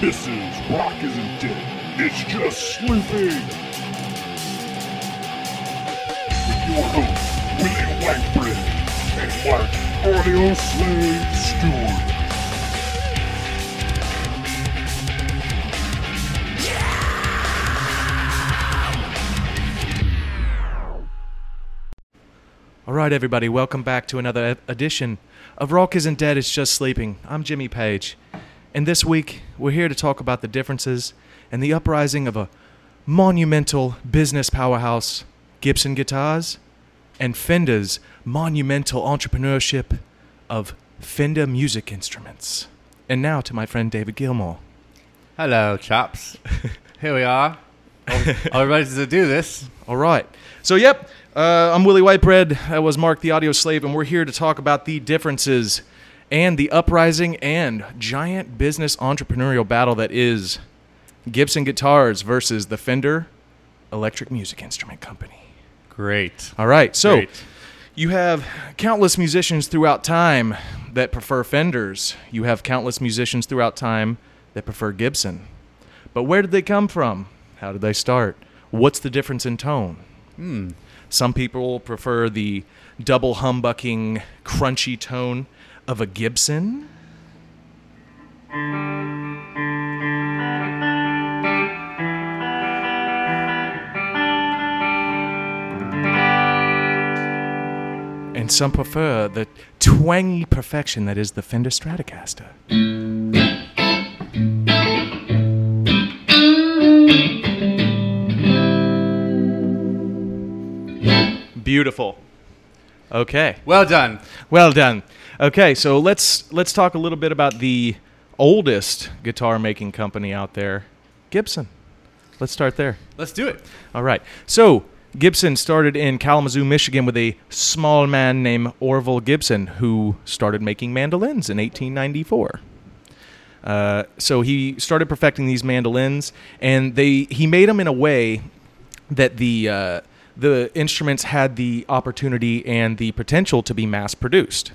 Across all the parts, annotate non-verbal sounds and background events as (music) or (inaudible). This is Rock Isn't Dead. It's just sleeping. With your hosts, William Whitebread and Mark Audio Slave Stewart. All right, everybody, welcome back to another e- edition of Rock Isn't Dead, It's Just Sleeping. I'm Jimmy Page, and this week we're here to talk about the differences and the uprising of a monumental business powerhouse, Gibson Guitars, and Fender's monumental entrepreneurship of Fender music instruments. And now to my friend David Gilmore. Hello, chaps. (laughs) Here we are. All, all ready to do this. All right. So, yep, uh, I'm Willie Whitebread. That was Mark the Audio Slave, and we're here to talk about the differences and the uprising and giant business entrepreneurial battle that is Gibson Guitars versus the Fender Electric Music Instrument Company. Great. All right. So, Great. you have countless musicians throughout time that prefer Fenders. You have countless musicians throughout time that prefer Gibson. But where did they come from? How did they start? What's the difference in tone? Some people prefer the double humbucking, crunchy tone of a Gibson. And some prefer the twangy perfection that is the Fender Stratocaster. Beautiful. Okay. Well done. Well done. Okay, so let's let's talk a little bit about the oldest guitar making company out there, Gibson. Let's start there. Let's do it. All right. So Gibson started in Kalamazoo, Michigan, with a small man named Orville Gibson, who started making mandolins in 1894. Uh, so he started perfecting these mandolins, and they he made them in a way that the uh, the instruments had the opportunity and the potential to be mass produced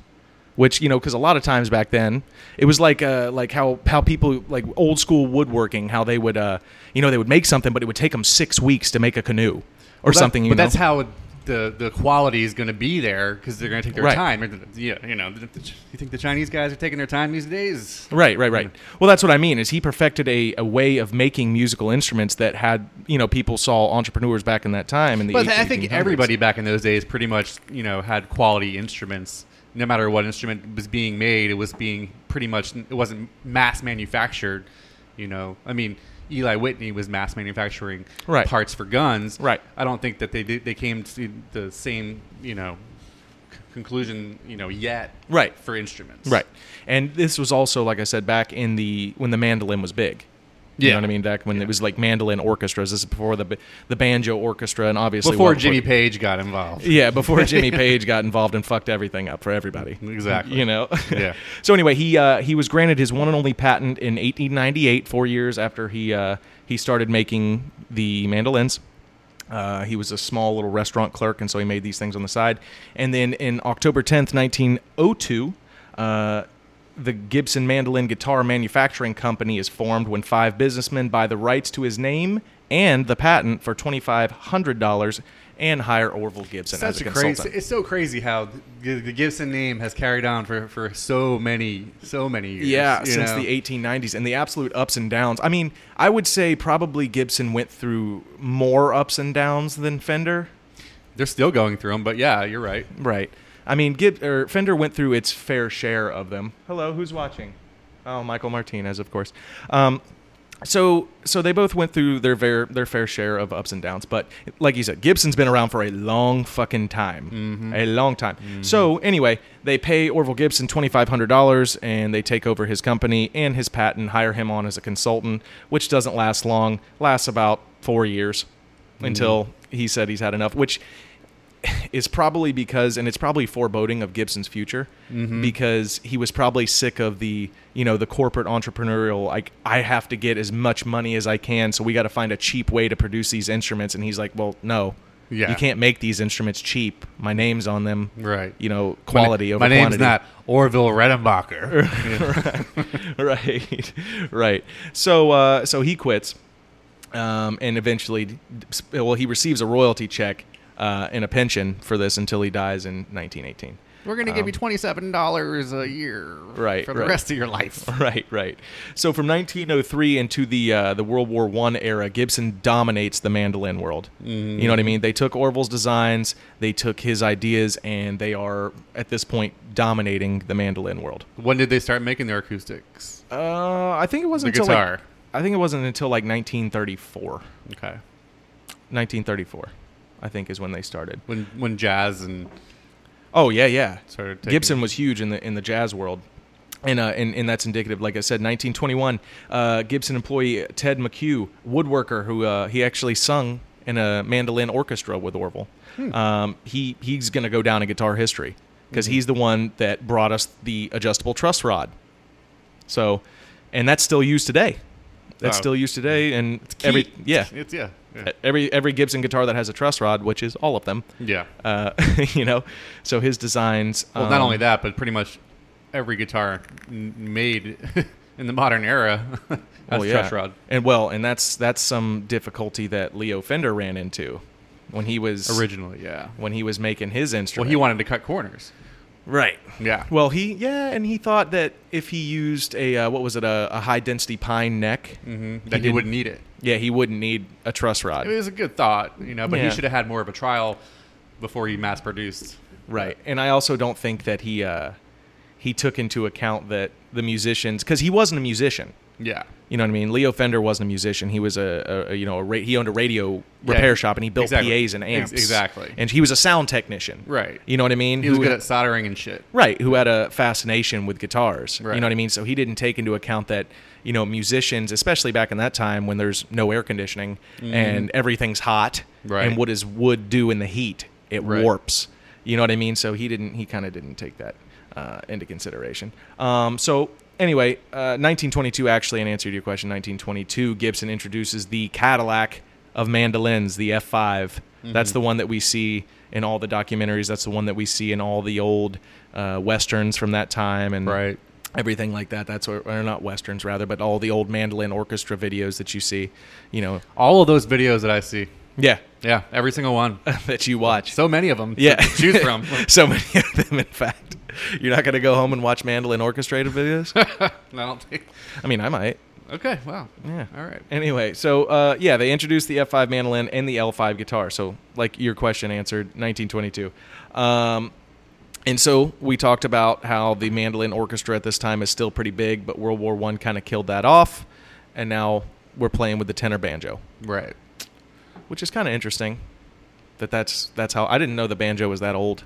which you know because a lot of times back then it was like uh like how how people like old school woodworking how they would uh you know they would make something but it would take them six weeks to make a canoe or That- something you But know? that's how the the quality is going to be there because they're going to take their Right. time. And, Yeah, you know, the, the, you think the Chinese guys are taking their time these days? Right, right, right. Well, that's what I mean. Is he perfected a, a way of making musical instruments that had you know people saw entrepreneurs back in that time. In the But I think 1800s. everybody back in those days pretty much you know had quality instruments. No matter what instrument was being made, it was being pretty much it wasn't mass manufactured. You know, I mean, Eli Whitney was mass manufacturing Right. parts for guns. Right. I don't think that they did, they came to the same you know c- conclusion you know yet. Right. For instruments. Right. And this was also, like I said, back in the when the mandolin was big. You Yeah. know what I mean? Back when it was like mandolin orchestras. This is before the the banjo orchestra and obviously Before well Jimmy Page got involved. Yeah, (laughs) before Jimmy Page got involved and fucked everything up for everybody. Exactly. You know. (laughs) Yeah. so anyway, he uh, he was granted his one and only patent in 1898, four years after he uh, he started making the mandolins. Uh, he was a small little restaurant clerk, and so he made these things on the side. And then in October 10th, 1902, uh, the Gibson Mandolin Guitar Manufacturing Company is formed when five businessmen buy the rights to his name and the patent for $2,500 and hire Orville Gibson as Such a a consultant. crazy. It's so crazy how the, the Gibson name has carried on for, for so many so many years. Yeah, you since know? the 1890s and the absolute ups and downs. I mean, I would say probably Gibson went through more ups and downs than Fender. They're still going through them, but yeah, you're right. Right. I mean, Gib- or Fender went through its fair share of them. Hello, who's watching? Oh, Michael Martinez, of course. Um, so, so they both went through their fair, their fair share of ups and downs. But like you said, Gibson's been around for a long fucking time, a long time. So anyway, they pay Orville Gibson twenty five hundred dollars, and they take over his company and his patent, hire him on as a consultant, which doesn't last long. Lasts about four years until he said he's had enough. Which is probably because, and it's probably foreboding of Gibson's future, Mm-hmm. because he was probably sick of the, you know, the corporate entrepreneurial. Like, I have to get as much money as I can, so we got to find a cheap way to produce these instruments. And he's like, well, no, Yeah. you can't make these instruments cheap. My name's on them. Right. You know, quality my, over my name's quantity. not (laughs) Orville Redenbacher. right, right. So uh, so he quits, um, and eventually, well, he receives a royalty check uh, and a pension for this until he dies in 1918. We're gonna give you twenty seven dollars a year, Um, Right, for the right. rest of your life. (laughs) Right, right. So from 1903 into the uh, the World War One era, Gibson dominates the mandolin world. You know what I mean? They took Orville's designs, they took his ideas, and they are at this point dominating the mandolin world. (laughs) When did they start making their acoustics? Uh, I think it The wasn't until like, guitar. I think it wasn't until like 1934. Okay. 1934, I think is when they started. When when jazz and Oh yeah, yeah. started taking, Gibson was huge in the in the jazz world. And, uh, and, and that's indicative. Like I said, 1921, uh, Gibson employee Ted McHugh, woodworker, who uh, he actually sung in a mandolin orchestra with Orville. Hmm. Um, he he's going to go down in guitar history because he's the one that brought us the adjustable truss rod. So, and that's still used today. That's Oh. still used today, and Key. every yeah, Uh, it's yeah yeah every every Gibson guitar that has a truss rod, which is all of them, yeah. uh, (laughs) you know. So his designs. Well, not um, only that, but pretty much every guitar n- made (laughs) in the modern era (laughs) has well, a Oh, yeah. truss rod and well, and that's that's some difficulty that Leo Fender ran into when he was originally. Yeah. when he was making his Well, instrument. he wanted to cut corners. right. Yeah. Well, he yeah, and he thought that if he used a uh, what was it a, a high density pine neck, hmm he That he, didn't- wouldn't need it. yeah, he wouldn't need a truss rod. It was a good thought, you know, but Yeah. he should have had more of a trial before he mass produced. Right. And I also don't think that he uh, he took into account that the musicians because he wasn't a musician. Yeah. You know what I mean? Leo Fender wasn't a musician. He was a, a a, you know a ra- he owned a radio repair shop and he built exactly. PAs and amps Ex- exactly. And he was a sound technician. Right. You know what I mean? He was Who- good at soldering and shit. right? Who had a fascination with guitars. You Right. know what I mean? So he didn't take into account that you know musicians, especially back in that time when there's no air conditioning and everything's hot. Mm. Right. And what does wood do in the heat? It Right. warps. You know what I mean? So he didn't. He kind of didn't take that uh, into consideration. Um, so anyway, uh, 1922. Actually, in answer to your question, 1922, Gibson introduces the Cadillac of mandolins, the F5. That's Mm-hmm. the one that we see in all the documentaries. That's the one that we see in all the old uh, westerns from that time and Right. everything like that. That's or, or not westerns rather, but all the old mandolin orchestra videos that you see. You know, All of those videos that I see. yeah, (laughs) Yeah, every single one. that you watch. So many of them. Yeah. (laughs) To choose from. (laughs) so many of them, in fact. You're not going to go home and watch mandolin orchestrated (laughs) videos? I don't think. I mean, I might. Okay. Wow. Yeah. All right. Anyway, so uh, yeah, they introduced the F5 mandolin and the L5 guitar. So, like your question answered, 1922. Um, and so we talked about how the mandolin orchestra at this time is still pretty big, but World War One kind of killed that off, and now we're playing with the tenor banjo, Right. which is kind of interesting. That that's that's how I didn't know the banjo was that old.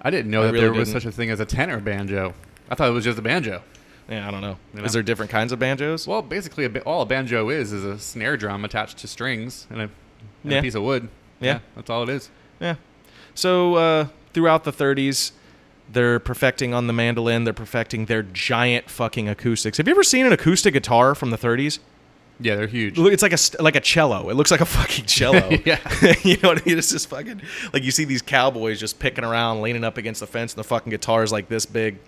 I didn't know I that really there was didn't. such a thing as a tenor banjo. I thought it was just a banjo. Yeah, I don't know. You Is know? there different kinds of banjos? Well, basically, a, ba- all a banjo is is a snare drum attached to strings and a, and Yeah. a piece of wood. Yeah. that's all it is. Yeah. So uh, throughout the 30s, they're perfecting on the mandolin. They're perfecting their giant fucking acoustics. Have you ever seen an acoustic guitar from the 30s? Yeah, they're huge. Look, It's like a st- like a cello. It looks like a fucking cello. Yeah. (laughs) you know what I mean? It's just fucking like you see these cowboys just picking around, leaning up against the fence, and the fucking guitar is like this big.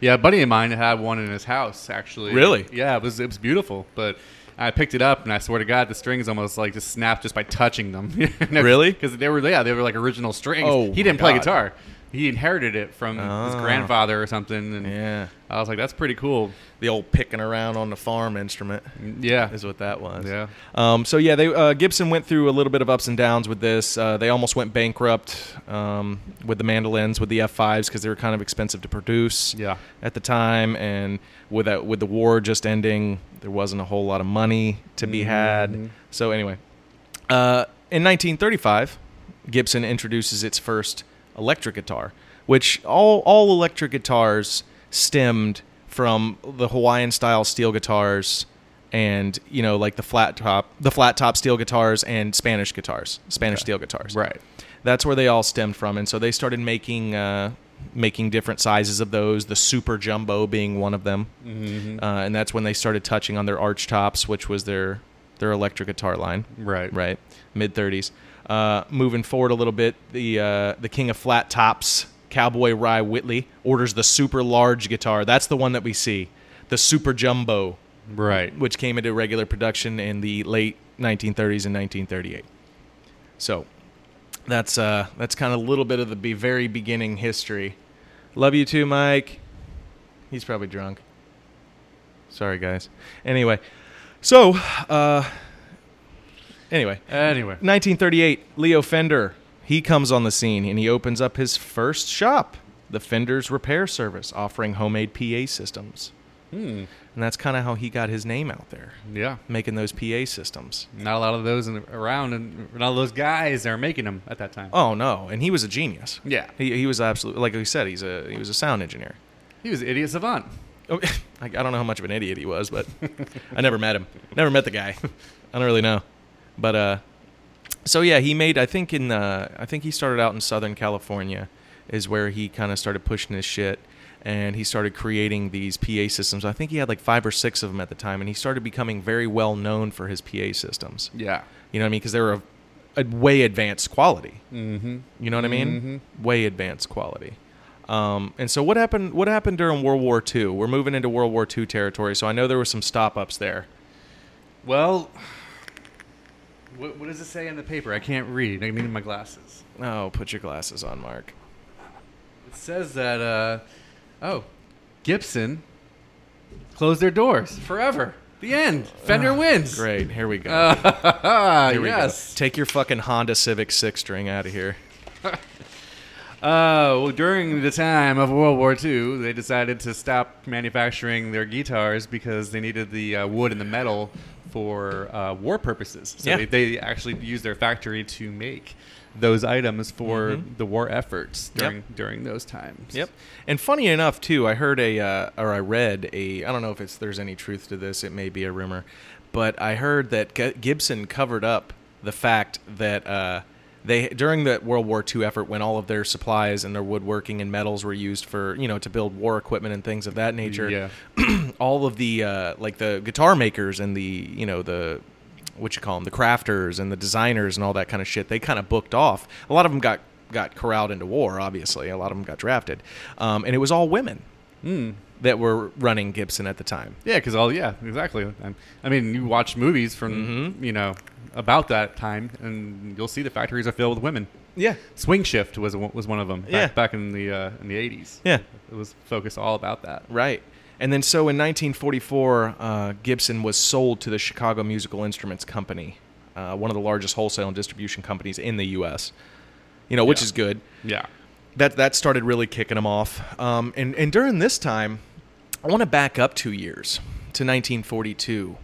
Yeah, a buddy of mine had one in his house actually. Really? Yeah, it was it was beautiful, but. I picked it up and I swear to God, the strings almost like just snapped just by touching them. (laughs) Really? Because they were yeah, they were like original strings. Oh, he didn't my play God. guitar. He inherited it from his Ah. grandfather or something. And Yeah. I was like, that's pretty cool. The old picking around on the farm instrument. Yeah, is what that was. Yeah. Um, so yeah, they uh, Gibson went through a little bit of ups and downs with this. Uh, they almost went bankrupt um, with the mandolins, with the F5s because they were kind of expensive to produce. Yeah. At the time, and with that, with the war just ending, there wasn't a whole lot of money to Mm-hmm. be had. So anyway, uh, in 1935, Gibson introduces its first electric guitar, which all all electric guitars stemmed from the Hawaiian style steel guitars and you know like the flat top the flat top steel guitars and Spanish guitars, Spanish steel guitars. Right. That's where they all stemmed from, and so they started making uh, making different sizes of those. The super jumbo being one of them, mm-hmm. uh, and that's when they started touching on their arch tops, which was their their electric guitar line. Right. right, mid thirties. Uh, moving forward a little bit, the uh, the king of flat tops, Cowboy Rye Whitley, orders the super large guitar. That's the one that we see, the super jumbo, Right. which came into regular production in the late 1930s and 1938. So that's uh, that's kind of a little bit of the be very beginning history. Love you too, Mike. He's probably drunk. Sorry, guys. Anyway, so uh, anyway, Anyway. 1938, Leo Fender. He comes on the scene and he opens up his first shop, the Fender's Repair Service, offering homemade PA systems. Hmm. And that's kind of how he got his name out there, Yeah. making those PA systems. Not a lot of those in, around, and not all those guys that are making them at that time. Oh no, and he was a genius. Yeah. He, he was absolutely like we said, he's a he was a sound engineer. He was an idiot savant. Oh, (laughs) I, I don't know how much of an idiot he was, but I never met him. Never met the guy. (laughs) I don't really know. But uh, so yeah, he made. I think in uh, I think he started out in Southern California, is where he kind of started pushing his shit, and he started creating these PA systems. I think he had like five or six of them at the time, and he started becoming very well known for his PA systems. Yeah. You know what I mean? Because they were of a way advanced quality. Mm-hmm. You know what I mean? Way advanced quality. Um, and so what happened? What happened during World War II? We're moving into World War II territory, so I know there were some stop ups there. Well, what, what does it say in the paper? I can't read. I need my glasses. Oh, put your glasses on, Mark. It says that, uh, oh, Gibson closed their doors forever. The end. Fender wins. Ah, Great. Here we go. (laughs) Ah, Here we go. yes. Take your fucking Honda Civic six string out of here. Uh, well, during the time of World War II, they decided to stop manufacturing their guitars because they needed the uh, wood and the metal for uh, war purposes. So Yeah. they, they actually used their factory to make those items for the war efforts during during those times. Mm-hmm. Yep. And funny enough, too, I heard a uh, or I read a. I don't know if it's there's any truth to this. It may be a rumor, but I heard that G- Gibson covered up the fact that uh, they during that World War II effort, when all of their supplies and their woodworking and metals were used for you know to build war equipment and things of that nature. Yeah. (clears throat) all of the uh, like the guitar makers and the you know the what you call them the crafters and the designers and all that kind of shit they kind of booked off a lot of them got got corralled into war obviously a lot of them got drafted um, and it was all women Hmm. that were running gibson at the time Yeah, because all yeah, exactly. i I mean, you watch movies from Mm-hmm. you know about that time, and you'll see the factories are filled with women. yeah Swing Shift was one- was one of them. Back, Yeah. back in the uh, in the eighties. Yeah. it was focused all about that. right and then so in 1944 uh, gibson was sold to the chicago musical instruments company uh, one of the largest wholesale and distribution companies in the us you know which Yeah. is good Yeah, that that started really kicking him off. Um, and and during this time, I want to back up two years to 1942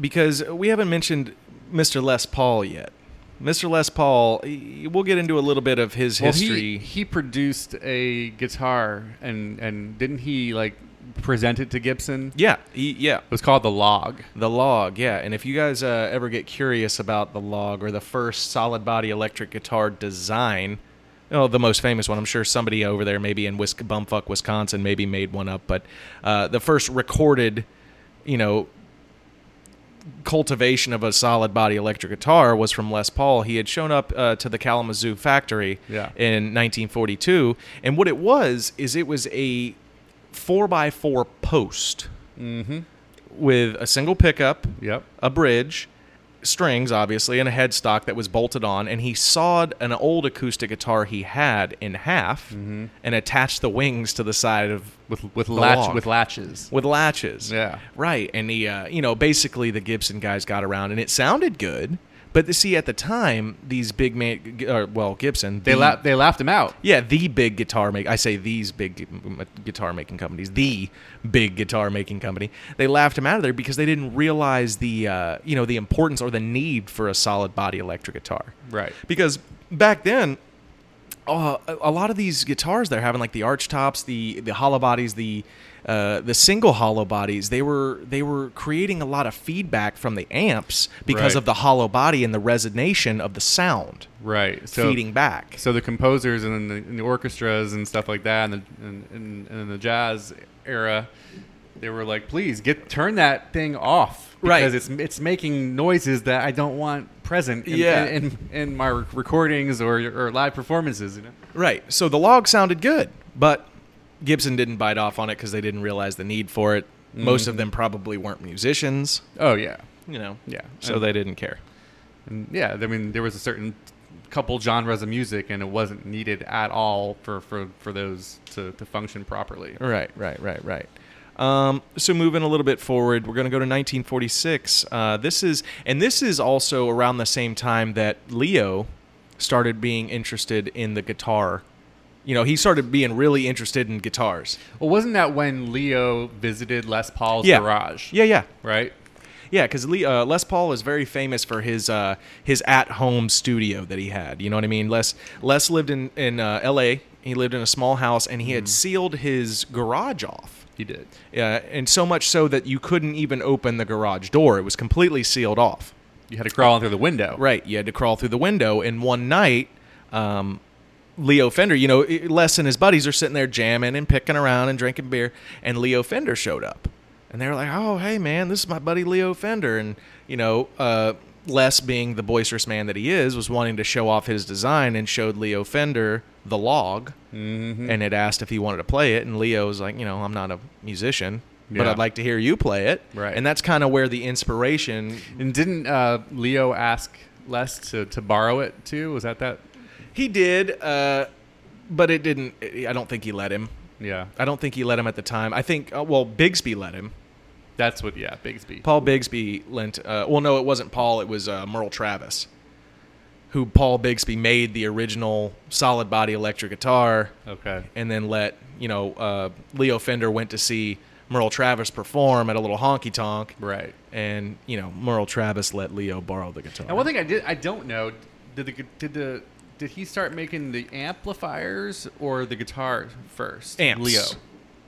because we haven't mentioned Mr. Les Paul yet. Mr. Les Paul, y- we'll get into a little bit of his history. He, he produced a guitar, and and didn't he like present it to Gibson? yeah, he, yeah. It was called the Log. The log, yeah. And if you guys uh, ever get curious about the log or the first solid body electric guitar design, oh, the most famous one, I'm sure somebody over there, maybe in Wis- bumfuck Wisconsin, maybe made one up, but uh, the first recorded, you know, cultivation of a solid body electric guitar was from Les Paul. He had shown up uh, to the Kalamazoo factory Yeah. in 1942, and what it was is it was a four by four post with a single pickup, Yep. a bridge, strings obviously, and a headstock that was bolted on. And he sawed an old acoustic guitar he had in half and attached the wings to the side of With with Log. latch with latches. with latches. Yeah. right. And he, uh, you know, basically the Gibson guys got around, and it sounded good. But to see at the time, these big man, or, well, Gibson, They the- la- they laughed him out. yeah, the big guitar make. I say these big gu- m- guitar making companies. The big guitar making company. They laughed him out of there because they didn't realize the uh, you know the importance or the need for a solid body electric guitar. Right. Because back then, uh, a a lot of these guitars they're having like the arch tops, the the hollow bodies, the uh, the single hollow bodies. They were they were creating a lot of feedback from the amps because Right. of the hollow body and the resonation of the sound Right. So feeding back. so the composers and the, and the orchestras and stuff like that and the and, and, and the jazz era they were like please get turn that thing off Right. because it's it's making noises that I don't want present in, Yeah. in, in, in my rec- recordings or, or live performances. You know? Right. So the log sounded good, but Gibson didn't bite off on it because they didn't realize the need for it. Most of them probably weren't musicians, Oh yeah, you know. yeah. So And- they didn't care. and yeah, I mean there was a certain couple genres of music, and it wasn't needed at all for for, for those to, to function properly. Right, right, right, right. Um, so moving a little bit forward, we're going to go to 1946. Uh, this is, and this is also around the same time that Leo started being interested in the guitar. You know, he started being really interested in guitars. Well, wasn't that when Leo visited Les Paul's Yeah. garage? Yeah, yeah, Right. yeah. Because uh, Les Paul is very famous for his uh, his at home studio that he had. You know what I mean? Les Les lived in in uh, L.A. He lived in a small house, and he had sealed his garage off. He did. Yeah, and so much so that you couldn't even open the garage door. It was completely sealed off. You had to crawl in through the window. Right. You had to crawl through the window. And one night, um, Leo Fender, you know, i- Les and his buddies are sitting there jamming and picking around and drinking beer. And Leo Fender showed up. And they were like, oh, hey, man, this is my buddy Leo Fender. And, you know, uh, Les, being the boisterous man that he is, was wanting to show off his design and showed Leo Fender the log Mm-hmm. and had asked if he wanted to play it. And Leo was like, you know, I'm not a musician, but Yeah. I'd like to hear you play it. Right. And that's kind of where the inspiration And didn't uh, Leo ask Les to, to borrow it too? Was that that? He did, uh, but it didn't. I don't think he let him. Yeah, I don't think he let him at the time. I think, uh, well, Bigsby let him. that's what. Yeah, Bigsby. Paul Bigsby lent. Uh, well, no, it wasn't Paul. It was uh, Merle Travis, who Paul Bigsby made the original solid body electric guitar, Okay. and then let you know uh, Leo Fender went to see Merle Travis perform at a little honky tonk, Right. and you know Merle Travis let Leo borrow the guitar. And one thing I did I don't know did the gu- did the did he start making the amplifiers or the guitar first? amps, Leo.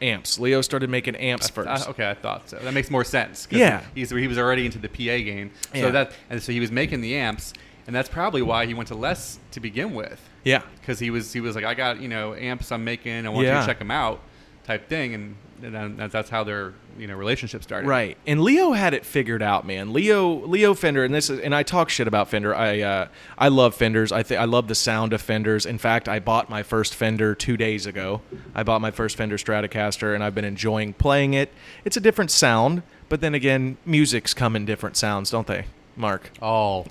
amps. Leo started making amps first. I- okay, I thought so. That makes more sense. 'cause Yeah. he's, he was already into the PA game, so Yeah. that and so he was making the amps, and that's probably why he went to Les to begin with, Yeah. because he was he was like, I got you know amps I'm making, I want you Yeah. to check them out, type thing, and, and then that- that's how their you know relationship started. Right. And Leo had it figured out, man. Leo Leo Fender and this is and I talk shit about Fender. I uh, I love Fenders. I think I love the sound of Fenders. In fact, I bought my first Fender 2 days ago. I bought my first Fender Stratocaster and I've been enjoying playing it. It's a different sound, but then again, music's come in different sounds, don't they? Mark. (laughs) All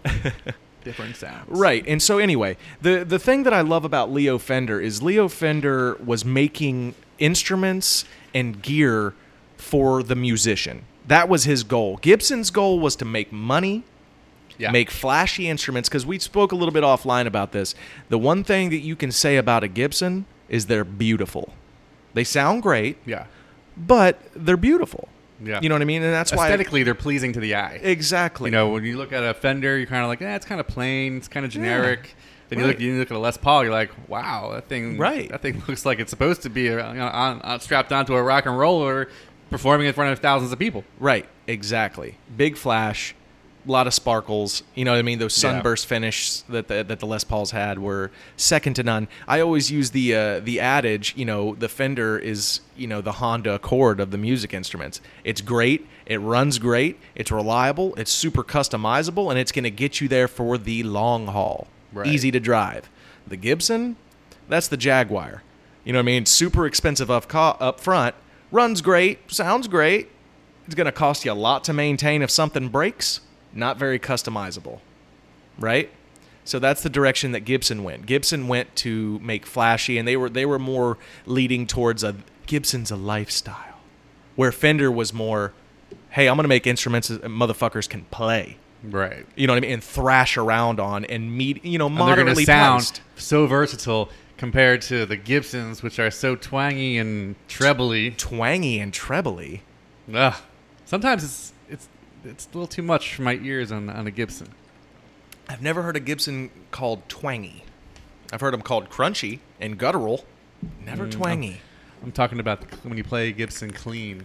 different sounds. Right. And so anyway, the the thing that I love about Leo Fender is Leo Fender was making instruments and gear for the musician. That was his goal. Gibson's goal was to make money, Yeah. make flashy instruments because we spoke a little bit offline about this. The one thing that you can say about a Gibson is they're beautiful. They sound great, Yeah. but they're beautiful. Yeah. You know what I mean? And that's why Aesthetically, they're pleasing to the eye. Exactly. You know, when you look at a Fender, you're kind of like, eh, it's kind of plain, it's kind of generic. Then you Right. look, you look at a Les Paul, you're like, wow, that thing, Right. That thing (laughs) looks like it's supposed to be uh, you know, on, on, strapped onto a rock and roller, performing in front of thousands of people. Right, exactly. Big flash, a lot of sparkles. You know what I mean? Those Yeah. sunburst finish that the, that the Les Pauls had were second to none. I always use the uh, the adage, you know, the Fender is you know the Honda Accord of the music instruments. It's great. It runs great. It's reliable. It's super customizable, and it's going to get you there for the long haul. Right. Easy to drive. The Gibson, that's the Jaguar. You know what I mean? Super expensive up co- up front. Runs great. Sounds great. It's going to cost you a lot to maintain if something breaks. Not very customizable, right? So that's the direction that Gibson went. Gibson went to make flashy, and they were they were more leading towards a Gibson's a lifestyle, where Fender was more, hey, I'm going to make instruments that motherfuckers can play. Right. You know what I mean? And thrash around on and meet, you know, And they're going moderately to sound priced. so versatile compared to the Gibsons, which are so twangy and trebly. twangy and trebly. Ugh. Sometimes it's it's it's a little too much for my ears on on a Gibson. I've never heard a Gibson called twangy. I've heard them called crunchy and guttural. Never Mm, twangy. I'm talking about the, when you play Gibson clean.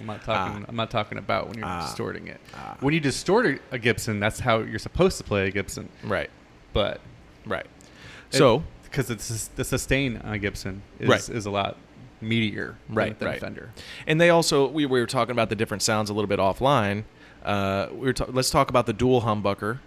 I'm not Ah. talking. I'm not talking about when you're distorting it. When you distort a Gibson, that's how you're supposed to play a Gibson. Right. But Right. So because it's the sustain on a Gibson is, Right. is a lot meatier Right, than right. a Fender. and they also we, we were talking about the different sounds a little bit offline. Uh, we were ta- let's talk about the dual humbucker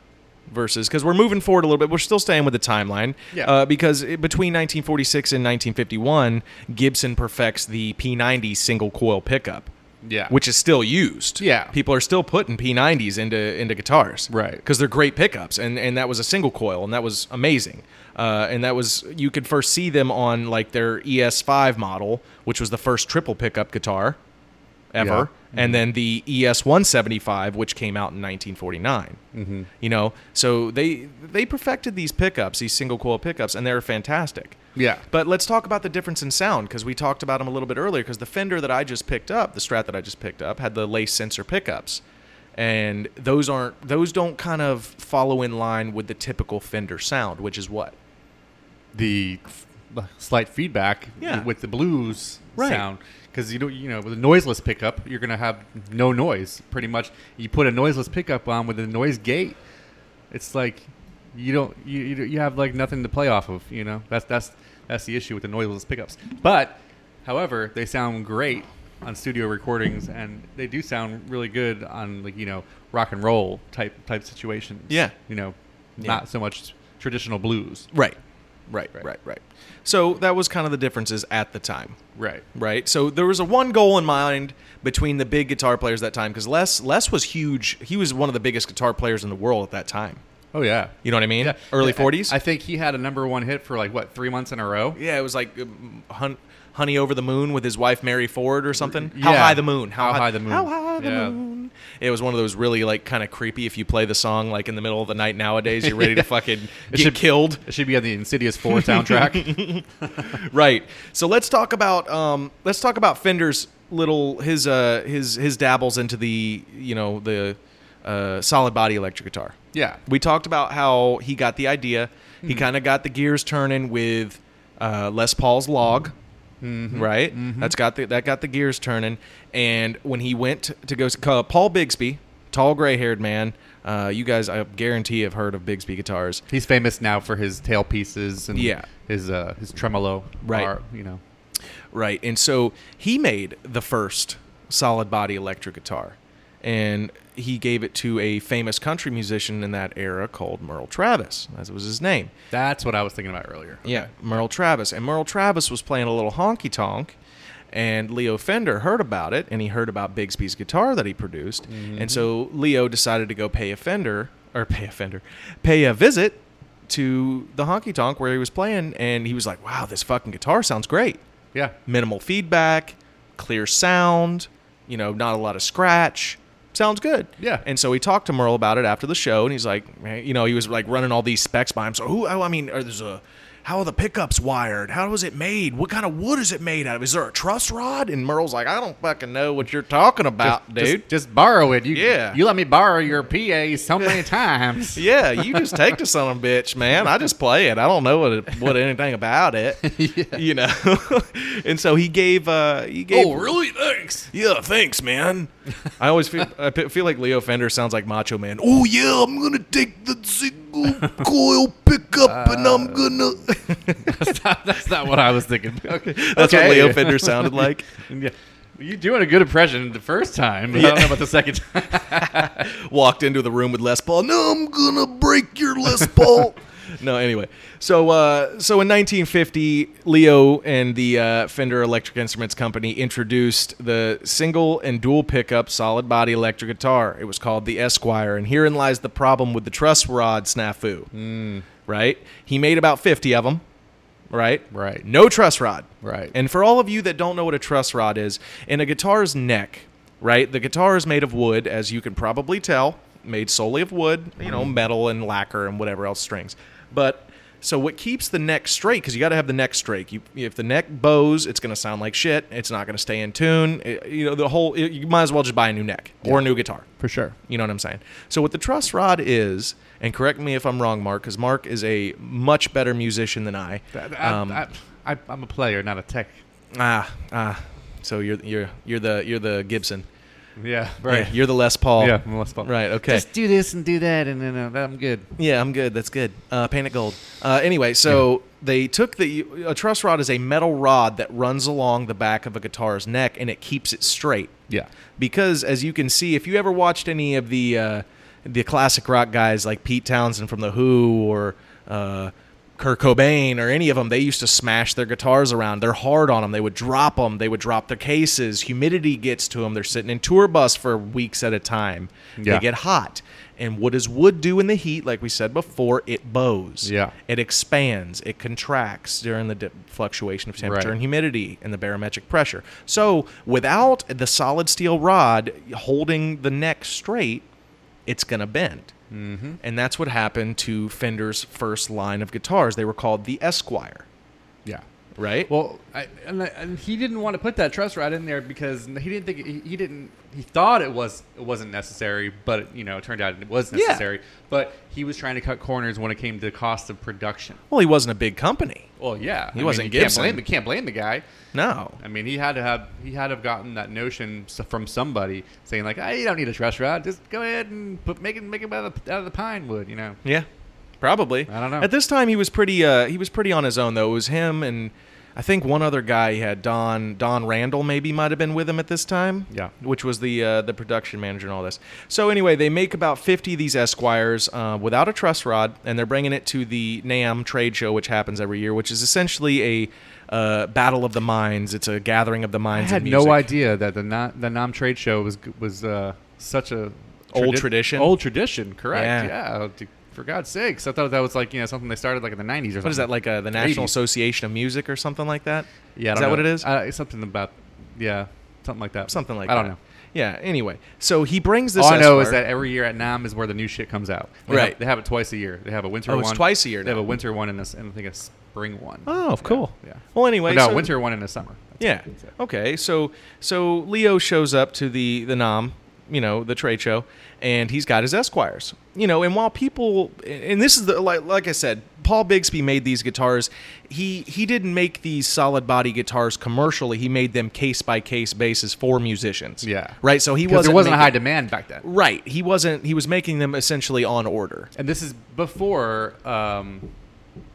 versus because we're moving forward a little bit. We're still staying with the timeline. Yeah. Uh, because it- between 1946 and 1951, Gibson perfects the P90 single coil pickup. Yeah. Which is still used. Yeah. People are still putting P90s into into guitars. Right. Because they're great pickups, and and that was a single coil, and that was amazing. Uh, and that was you could first see them on like their ES5 model, which was the first triple pickup guitar ever, and then the E ES 175, which came out in 1949. Mm-hmm. You know, so they they perfected these pickups, these single coil pickups, and they're fantastic. Yeah. But let's talk about the difference in sound because we talked about them a little bit earlier. Because the Fender that I just picked up, the Strat that I just picked up, had the lace sensor pickups, and those aren't those don't kind of follow in line with the typical Fender sound, which is what the f- slight feedback Yeah. with the blues Right. sound because you don't you know with a noiseless pickup you're gonna have no noise pretty much you put a noiseless pickup on with a noise gate it's like you don't you you, don't- you have like nothing to play off of you know that's that's that's the issue with the noiseless pickups but however they sound great on studio recordings and they do sound really good on like you know rock and roll type type situations Yeah. you know Yeah. not so much traditional blues Right. Right, Right. right, right. So that was kind of the differences at the time. right right? So there was a one goal in mind between the big guitar players that time because Les Les was huge. He was one of the biggest guitar players in the world at that time. oh yeah You know what I mean? Yeah. Early I- forties. I, think he had a number one hit for like what three months in a row. yeah, it was like um, hun- "Honey Over the Moon" with his wife Mary Ford or something. How Yeah. high the moon? How high the moon. How high the Yeah. moon? It was one of those really like kind of creepy. If you play the song like in the middle of the night nowadays, you're (laughs) ready to fucking It get should- killed. It should be on the Insidious (laughs) Four soundtrack. right. So let's talk about um, let's talk about Fender's little his uh his his dabbles into the you know the uh, solid body electric guitar. yeah, We talked about how he got the idea. He kind of got the gears turning with uh, Les Paul's log, right? That's got the that got the gears turning. And when he went to go, uh, Paul Bigsby, tall gray haired man. Uh, you guys, I guarantee, have heard of Bigsby guitars. he's famous now for his tail pieces and Yeah. his uh, his tremolo. Right. bar, you know. Right. And so he made the first solid body electric guitar. And he gave it to a famous country musician in that era called Merle Travis. That was his name. That's what I was thinking about earlier. Yeah, Merle Travis. And Merle Travis was playing a little honky tonk, and Leo Fender heard about it, and he heard about Bigsby's guitar that he produced. And so Leo decided to go pay a Fender, or pay a Fender, pay a visit to the honky tonk where he was playing, and he was like, wow, this fucking guitar sounds great. Yeah, Minimal feedback, clear sound, you know, not a lot of scratch. Sounds good. Yeah. And so he talked to Merle about it after the show, and he's like, man, you know, he was like running all these specs by him. So who? oh, I mean, are there's a how are the pickups wired? How was it made? What kind of wood is it made out of? Is there a truss rod? And Merle's like, I don't fucking know what you're talking about, Just- Uh, dude. just, just borrow it. You, Yeah. you let me borrow your PA (laughs) so many times. yeah, you just take to son of a bitch, man. I just play it. I don't know what it, what anything about (laughs) it, you know. (laughs) and so he gave uh he gave (laughs) Oh, really? Thanks. Yeah, thanks, man. I always feel I pe- feel like Leo Fender sounds like Macho Man. Oh yeah, I'm gonna take the (laughs) single coil pickup, and I'm (laughs) gonna. that's, not, that's not what I (laughs) was thinking. Okay. That's Okay. what Leo Fender sounded like. (laughs) Yeah. You're doing a good impression the first time. But I don't know about (laughs) the second time. Walked into the room with Les Paul. No, I'm gonna break your Les Paul. no, anyway. So uh, so in 1950, Leo and the uh, Fender Electric Instruments Company introduced the single and dual pickup solid body electric guitar. It was called the Esquire, and herein lies the problem with the truss rod snafu. right? He made about 50 of them, right? Right. No truss rod. Right. And for all of you that don't know what a truss rod is, in a guitar's neck, right? The guitar is made of wood, as you can probably tell, made solely of wood, you know, metal and lacquer and whatever else strings. But so what keeps the neck straight cuz you got to have the neck straight. You, if the neck bows, it's going to sound like shit. It's not going to stay in tune. It- you know, the whole you might as well just buy a new neck or a new guitar. For sure. You know what I'm saying? So what the truss rod is, and correct me if I'm wrong, Mark, because Mark is a much better musician than I. Um, I, I, I'm a player, not a tech. ah, ah. So you're you're you're the you're the Gibson. Yeah, right. You're the Les Paul. Yeah, I'm Les Paul. Right. Okay. Just do this and do that, and then uh, that- I'm good. Yeah, I'm good. That's good. Uh, paint it gold. Uh, anyway, so they took the a truss rod is a metal rod that runs along the back of a guitar's neck and it keeps it straight. Yeah. Because as you can see, if you ever watched any of the uh, the classic rock guys like Pete Townsend from the Who or uh, Kurt Cobain or any of them, they used to smash their guitars around. They're hard on them. They would drop them. They would drop their cases. Humidity gets to them. They're sitting in tour bus for weeks at a time. They Yeah. get hot. And what does wood do in the heat? Like we said before, it bows. Yeah. It expands. It contracts during the dip fluctuation of temperature Right. and humidity and the barometric pressure. So without the solid steel rod holding the neck straight, it's going to bend. Mm-hmm. And that's what happened to Fender's first line of guitars. They were called the Esquire, Yeah. right? Well, I, and, I, and he didn't want to put that truss rod in there because he didn't think he, he didn't he thought it was it wasn't necessary, but you know it turned out it was Yeah. necessary. But he was trying to cut corners when it came to the cost of production. well, he wasn't a big company. Well, yeah, He wasn't You can't Gibson. blame, you can't blame the guy. No. I mean, he had to have he had to have gotten that notion s- from somebody saying like, "I you don't need a truss rod. Just go ahead and put make it make it out of the, out of the pine wood." You know. Yeah, probably. I don't know. At this time, he was pretty. Uh, he was pretty on his own though. It was him and I think one other guy. He had Don Don Randall. Maybe might have been with him at this time. Yeah. which was the uh, the production manager and all this. So anyway, they make about fifty of these Esquires uh, without a truss rod, and they're bringing it to the NAM trade show, which happens every year, which is essentially a uh, battle of the minds. It's a gathering of the I minds. had in no music. idea that the non, the Nam trade show was was uh, such a Old tradi- tradition? Old tradition, correct? Yeah. Yeah. d- For God's sakes, I thought that was like you know something they started like in the nineties or something. What is that like? Uh, the National 80s. Association of Music or something like that? Yeah, I is don't that what it know. is? Uh, something about yeah, something like that. something like I that. don't know. Yeah. Anyway, so he brings this. All I know is Esquire- that every year at Nam is where the new shit comes out. They Right. have, they have it twice a year. They have a winter Oh, one. it's twice a year They have now. a winter one and a s- and I think a spring one. Oh, Yeah, cool. Yeah. Oh, Well, anyway, no, so- winter one and a summer. That's Yeah. what it is. Okay. So so Leo shows up to the the Nam, you know, the trade show, and he's got his Esquires. You know, and while people and this is the like, like I said, Paul Bigsby made these guitars. He he didn't make these solid body guitars commercially. He made them case by case basis for musicians. Yeah. Right. So he 'Cause wasn't there wasn't a making- high demand back then. Right. He wasn't. He was making them essentially on order. And this is before um,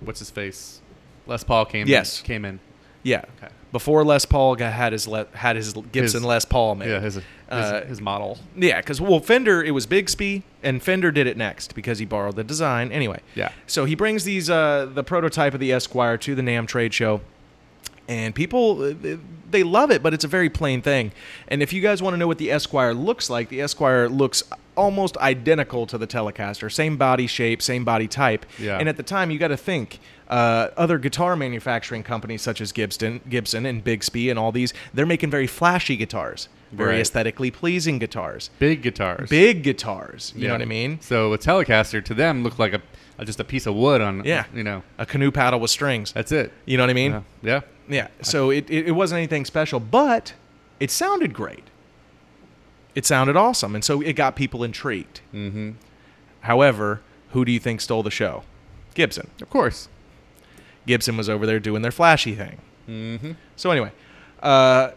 what's his face? Les Paul came Yes. came in. Yeah. Okay. Before Les Paul got, had his le- had his Gibson His- Les Paul made. Yeah, his his, Uh, his model. Yeah, because well, Fender it was Bigsby, and Fender did it next because he borrowed the design. Anyway, Yeah. So he brings these uh, the prototype of the Esquire to the Nam trade show, and people uh, they- they love it, but it's a very plain thing. And if you guys want to know what the Esquire looks like, the Esquire looks almost identical to the Telecaster, same body shape, same body type. Yeah. And at the time, you got to think uh, other guitar manufacturing companies such as Gibson, Gibson and Bigsby, and all these they're making very flashy guitars, very Right. aesthetically pleasing guitars Big guitars. big guitars. You know Yeah. what I mean? So a Telecaster to them looked like a, a just a piece of wood on Yeah. uh, you know. A canoe paddle with strings. That's it. You know what I mean? Yeah. yeah. Yeah. So it, it, it wasn't anything special, but it sounded great. It sounded awesome. And so it got people intrigued. Mm-hmm. However, who do you think stole the show? Gibson. Of course. Gibson was over there doing their flashy thing. Mm-hmm. So anyway, uh,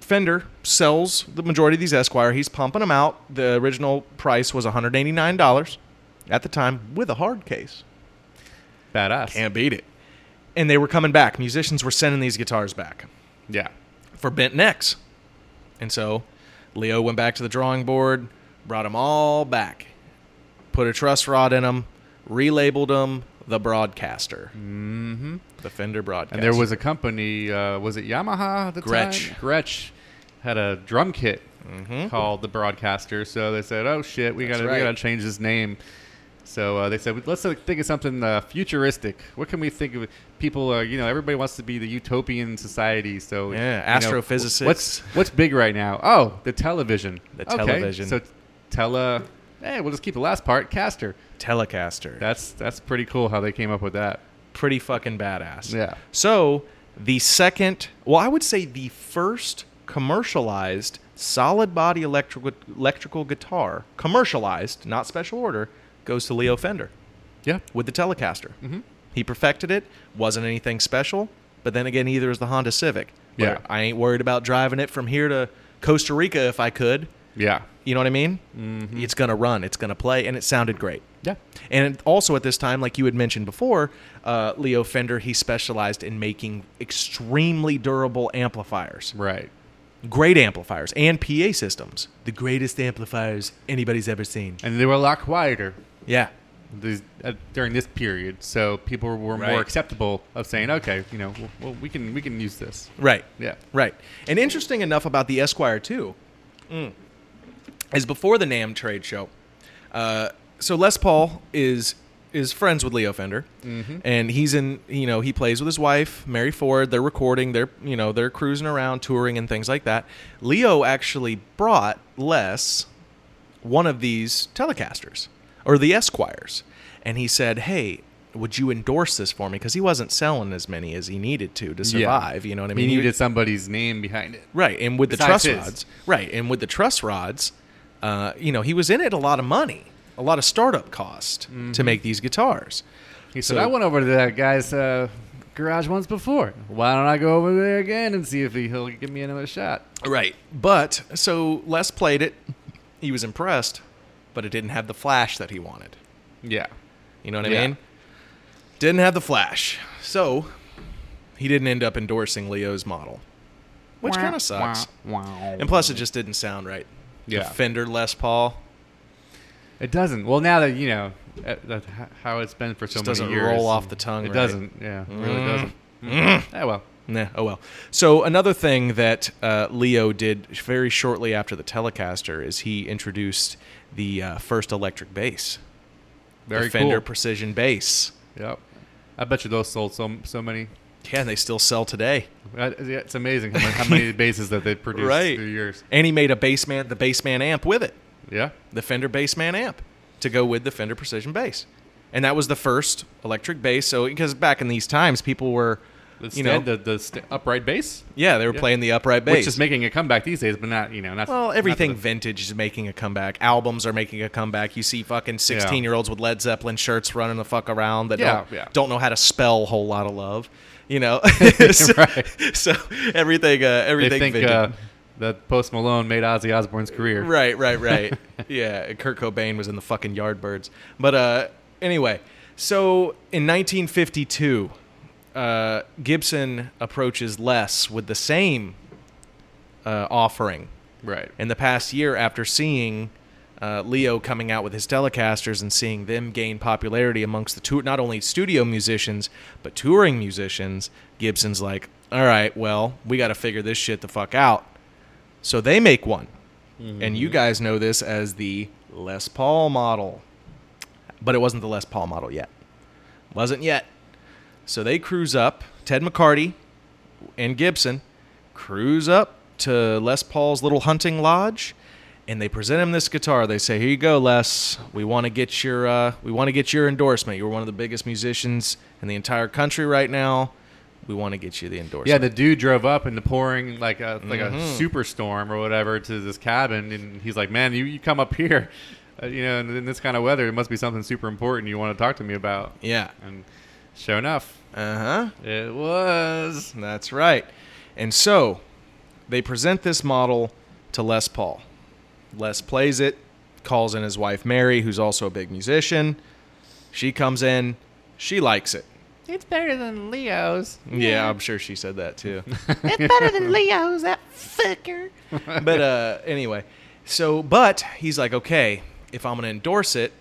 Fender sells the majority of these Esquire. He's pumping them out. The original price was $189 at the time with a hard case. Badass. beat it. And they were coming back. Musicians were sending these guitars back yeah. for bent necks. And so Leo went back to the drawing board, brought them all back, put a truss rod in them, relabeled them the Broadcaster. Mm-hmm. The Fender Broadcaster. And there was a company, uh, was it Yamaha? At the Gretsch. Time? Gretsch had a drum kit called the Broadcaster. So they said, "Oh shit, we Mm-hmm. That's gotta right. we gotta change this name." So uh, they said, "Let's uh, think of something uh, futuristic. What can we think of? People, uh, you know, everybody wants to be the utopian society. So Yeah, you know, astrophysicists. what's what's big right now? Oh, the television. The Okay, television. So tele. Hey, we'll just keep the last part. Caster. Telecaster. That's that's pretty cool how they came up with that. pretty fucking badass. Yeah. So the second, well, I would say the first commercialized solid body electrical electrical guitar, commercialized, not special order, goes to Leo Fender Yeah. with the Telecaster. Mm-hmm. He perfected it. Wasn't anything special, but then again, either is the Honda Civic. Yeah. Where I ain't worried about driving it from here to Costa Rica if I could. Yeah. You know what I mean? Mm-hmm. It's gonna run. It's gonna play, and it sounded great. Yeah. And also at this time, like you had mentioned before, uh, Leo Fender he specialized in making extremely durable amplifiers, Right. great amplifiers, and PA systems. The greatest amplifiers anybody's ever seen. And they were a lot quieter Yeah, these, uh, during this period, so people were Right. more acceptable of saying, okay, you know, well, well, we can we can use this. right. Yeah. Right. And interesting enough about the Esquire too, mm, is before the Nam trade show. Uh, so Les Paul is is friends with Leo Fender, Mm-hmm. and he's in you know he plays with his wife Mary Ford. They're recording. They're you know they're cruising around touring and things like that. Leo actually brought Les one of these Telecasters or the Esquires, and he said, "Hey." Would you endorse this for me? Because he wasn't selling as many as he needed to to survive. You know what I mean? he He- needed somebody's name behind it. Right, and with the Besides truss his. rods, right, and with the truss rods, uh, you know, he was in it a lot of money, a lot of startup cost to Mm-hmm. make these guitars. He said, So- I went over to that guy's uh, garage once before. Why don't I go over there again and see if he, he'll give me another shot? Right, but so Les played it, he was impressed, but it didn't have the flash that he wanted. Yeah. You know what I Yeah. mean? Didn't have the flash, so he didn't end up endorsing Leo's model, which kind of sucks. Wow. And plus, it just didn't sound right. The Yeah. Fender Les Paul It doesn't. Well, now that you know uh, that h- how it's been for so just many doesn't years, roll off the tongue. It right. Mm. doesn't. Yeah, it really doesn't. Oh well. Nah, oh well. So another thing that uh, Leo did very shortly after the Telecaster is he introduced the uh, first electric bass, Very the Fender cool. Precision Bass. Yep. I bet you those sold so so many. Yeah, and they still sell today. Uh, yeah, It's amazing how many, how (laughs) many bases that they've produced Right. through years. And he made a Bassman, the Bassman amp with it, Yeah. the Fender Bassman amp, to go with the Fender Precision Bass, and that was the first electric bass. So because back in these times, people were, The stand, you know, the, the st- upright bass, yeah, they were yeah. playing the upright bass, which is making a comeback these days, but not you know not Well, not everything the- vintage is making a comeback. Albums are making a comeback. You see fucking 16 year olds with Led Zeppelin shirts running the fuck around that Yeah, don't, yeah. don't know how to spell whole lot of love. You (laughs) know, (laughs) so, Right. so everything, uh, they everything. think vintage. uh, that Post Malone made Ozzy Osbourne's career. Right, right, (laughs) right. yeah, and Kurt Cobain was in the fucking Yardbirds. But uh, anyway, so in 1952, uh, Gibson approaches Les with the same uh, offering Right. in the past year after seeing uh, Leo coming out with his Telecasters and seeing them gain popularity amongst the tour, not only studio musicians but touring musicians. Gibson's like, all right, well, we got to figure this shit the fuck out. So they make one, and you guys know this as the Les Paul model, but it wasn't the Les Paul model yet. Wasn't yet. So they cruise up. Ted McCarty and Gibson cruise up to Les Paul's little hunting lodge, and they present him this guitar. They say, "Here you go, Les. We want to get your uh, we want to get your endorsement. You're one of the biggest musicians in the entire country right now. We want to get you the endorsement." Yeah, the dude drove up in the pouring like a like a superstorm or whatever to this cabin, and he's like, "Man, you, you come up here, (laughs) uh, you know, in, in this kind of weather, it must be something super important you want to talk to me about." yeah. And sure enough, Uh huh. it was. That's right. And so they present this model to Les Paul. Les plays it, calls in his wife Mary, who's also a big musician. She comes in, she likes it. It's better than Leo's. Yeah, I'm sure she said that too. (laughs) It's better than Leo's, that fucker. but uh, anyway, so but he's like, okay, if I'm gonna endorse it,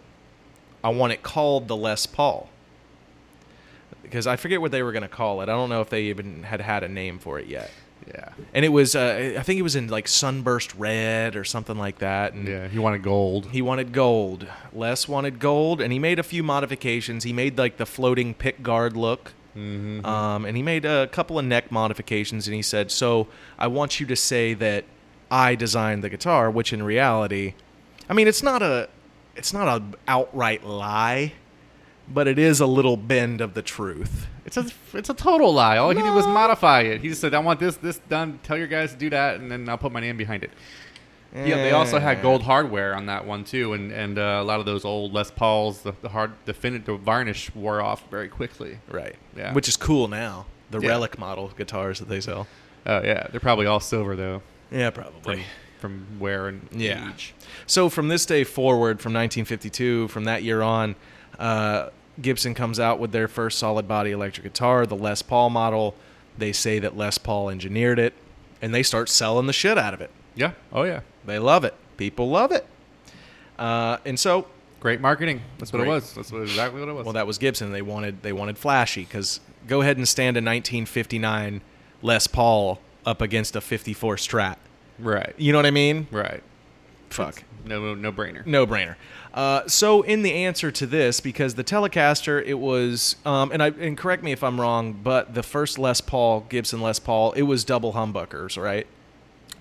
I want it called the Les Paul because I forget what they were gonna call it. I don't know if they even had had a name for it yet. Yeah, and it was uh, I think it was in like sunburst red or something like that. And yeah, he wanted gold. he wanted gold. Les wanted gold, and he made a few modifications. He made like the floating pick guard look. Mm-hmm. Um, and he made a couple of neck modifications, and he said, "So I want you to say that I designed the guitar," which in reality, I mean, it's not a, it's not a outright lie, but it is a little bend of the truth. It's a it's a total lie. All he did was modify it. He just said, "I want this this done. Tell your guys to do that, and then I'll put my name behind it." Yeah, they also had gold hardware on that one too, and and uh, a lot of those old Les Pauls, the, the hard, the fin, the varnish wore off very quickly. Right. Yeah. Which is cool now. The Yeah. relic model guitars that they sell. Oh yeah, they're Uh, probably all silver though. Yeah, probably. from where and Yeah. each. So from this day forward, from 1952, from that year on, uh, Gibson comes out with their first solid body electric guitar, the Les Paul model. They say that Les Paul engineered it, and they start selling the shit out of it. Yeah. Oh yeah. They love it. People love it. Uh, and so, Great marketing. That's what Great. it was. That's what, exactly what it was. well, that was Gibson. They wanted they wanted flashy because go ahead and stand a 1959 Les Paul up against a 54 Strat. right. You know what I mean? Right. Fuck. No no brainer. No brainer. Uh, so, in the answer to this, because the Telecaster, it was, um, and I and correct me if I'm wrong, but the first Les Paul Gibson Les Paul, it was double humbuckers, right?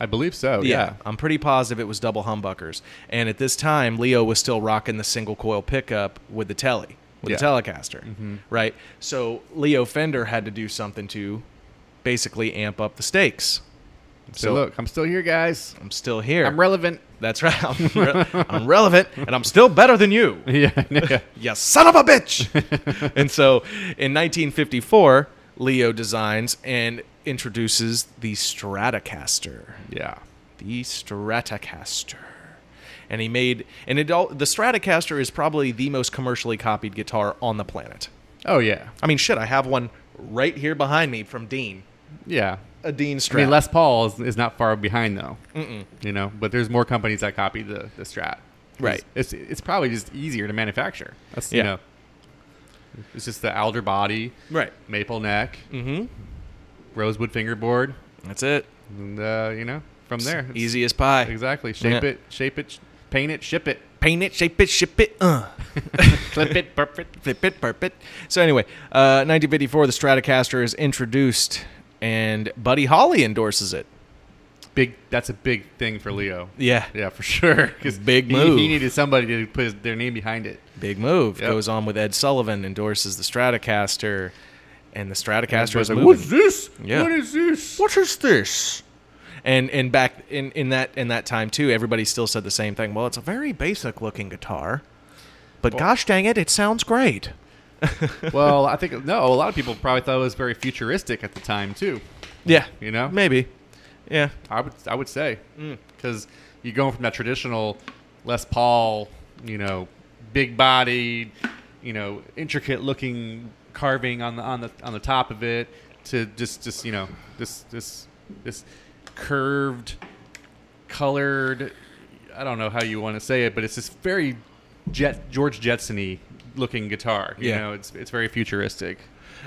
I believe so. Oh, Yeah. I'm pretty positive it was double humbuckers. And at this time, Leo was still rocking the single coil pickup with the Tele, with the Yeah. Mm-hmm. Telecaster, right? So Leo Fender had to do something to basically amp up the stakes. So, look, I'm still here, guys. I'm still here. I'm relevant. That's right. (laughs) I'm, re- I'm relevant, and I'm still better than (laughs) you. (laughs) Yeah. yeah. you son of a bitch. (laughs) and so in 1954, Leo designs and introduces the Stratocaster. Yeah. The Stratocaster. And he made, and it all, the Stratocaster is probably the most commercially copied guitar on the planet. Oh yeah. I mean, shit, I have one right here behind me from Dean. Yeah. A Dean I Strat. mean, Les Paul is, is not far behind though. Mm-mm. You know, but there's more companies that copy the the Strat. Right. It's, it's it's probably just easier to manufacture. That's Yeah. you know. It's just the alder body, right. maple neck, Mm-hmm. rosewood fingerboard, That's it. and uh, you know, from there, it's- Easy as pie. Exactly. Shape Yeah. it, shape it, sh- paint it, ship it, Paint it, shape it, ship it, uh. clip it, burp it. Flip it, burp it. So anyway, uh, 1954, the Stratocaster is introduced, and Buddy Holly endorses it. Big. That's a big thing for Leo. Yeah, Yeah, for sure. 'Cause (laughs) Big he- move. He needed somebody to put his, their name behind it. big move. Yep. Goes on with Ed Sullivan, endorses the Stratocaster, and the Stratocaster is Everybody's moving. like, What's this? Yeah. What is this? What is this? And and back in, in that in that time too, everybody still said the same thing. Well, it's a very basic looking guitar, but gosh dang it, it sounds great. well, I think no. A lot of people probably thought it was very futuristic at the time too. Yeah, You know? maybe. Yeah, I would I would say because you're going from that traditional Les Paul, you know, big bodied, you know, intricate looking carving on the on the on the top of it to just just you know this this this curved, colored. I don't know how you want to say it, but it's this very Jet George Jetsony looking guitar. You Yeah. know, it's it's very futuristic.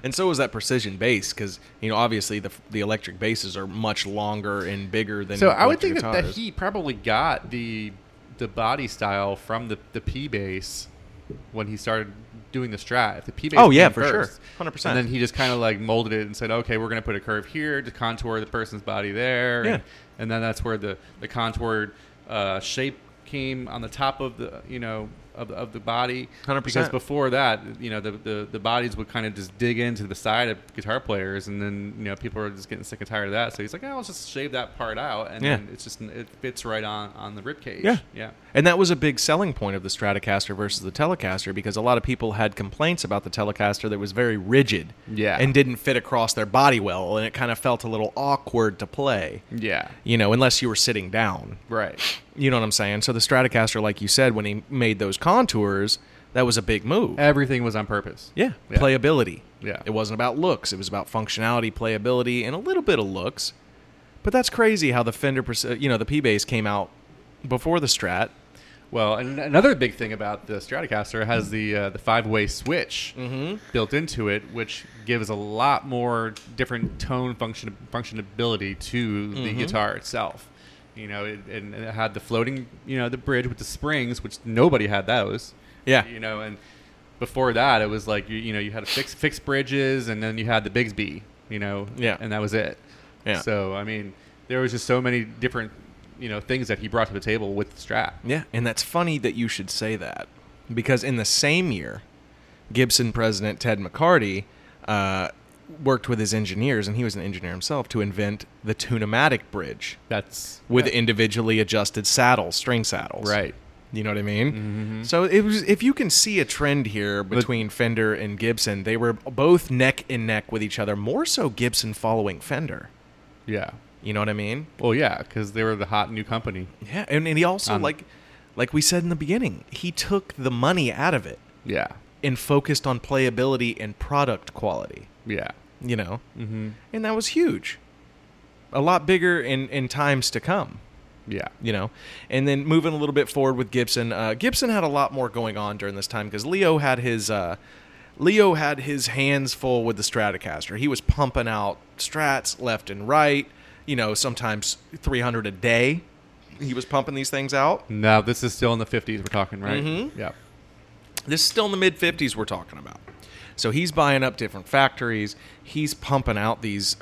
And so is that precision bass because you know obviously the the electric basses are much longer and bigger than. So I would electric think that, that guitars. he probably got the the body style from the the P bass when he started doing the strat. If The P bass. Oh, yeah, came for sure. first, 100%. And then he just kind of like molded it and said, okay, we're going to put a curve here to contour the person's body there. Yeah. And, and then that's where the the contoured uh, shape came on the top of the you know. Of, of the body, 100%. because before that, you know, the, the, the bodies would kind of just dig into the side of guitar players, and then you know people are just getting sick and tired of that. So he's like, oh, let's just shave that part out, and Yeah. then it's just it fits right on on the rib cage. Yeah. yeah, And that was a big selling point of the Stratocaster versus the Telecaster because a lot of people had complaints about the Telecaster that was very rigid, Yeah. and didn't fit across their body well, and it kind of felt a little awkward to play, yeah. you know, unless you were sitting down. Right. You know what I'm saying? So the Stratocaster, like you said, when he made those contours, that was a big move. Everything was on purpose. Yeah, Yeah. playability. Yeah. It wasn't about looks, it was about functionality, playability, and a little bit of looks. But that's crazy how the Fender, perc- you know, the P bass came out before the Strat. Well, and another big thing about the Stratocaster has the uh, the five way switch Mm-hmm. built into it, which gives a lot more different tone function functionability to the Mm-hmm. guitar itself. You know, it, and it had the floating, you know, the bridge with the springs, which nobody had those. Yeah. you know, and before that, it was like you, you know you had a fixed fixed bridges, and then you had the Bigsby, you know, Yeah. and that was it. Yeah. So I mean, there was just so many different, you know, things that he brought to the table with the Strat. Yeah. And that's funny that you should say that because in the same year, Gibson president Ted McCarty uh, worked with his engineers, and he was an engineer himself, to invent the Tunematic bridge That's with individually adjusted saddles, string saddles. Right. You know what I mean? Mm-hmm. So it was if you can see a trend here between Fender and Gibson, they were both neck and neck with each other, more so Gibson following Fender. Yeah. You know what I mean? Well, yeah, because they were the hot new company. Yeah, and, and he also Um, like like we said in the beginning, he took the money out of it Yeah, and focused on playability and product quality. yeah. You know, Mm-hmm. and that was huge. A lot bigger in in times to come. Yeah. you know. And then moving a little bit forward with Gibson, uh, Gibson had a lot more going on during this time because Leo had his uh, Leo had his hands full with the Stratocaster. He was pumping out strats left and right. You know, sometimes 300 a day. He was pumping these things out. No, this is still in the 50s we're talking, right? Mhm. Yeah. This is still in the mid 50s we're talking about. So he's buying up different factories. He's pumping out these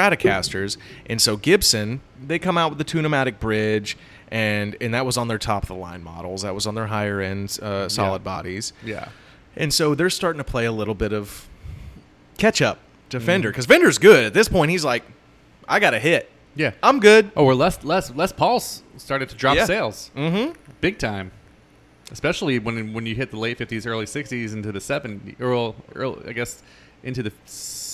Stratocasters, and so Gibson they come out with the Tunematic bridge, and and that was on their top of the line models. That was on their higher end uh, solid Yeah. bodies, Yeah. and so they're starting to play a little bit of catch up to Fender because Fender's good at this point. He's like, I got a hit. Yeah. I'm good. Oh, or Les Les Les Pauls started to drop Yeah. sales Mm-hmm. big time, especially when when you hit the late fifties, early sixties, into the seventies, or well, early, I guess into the s-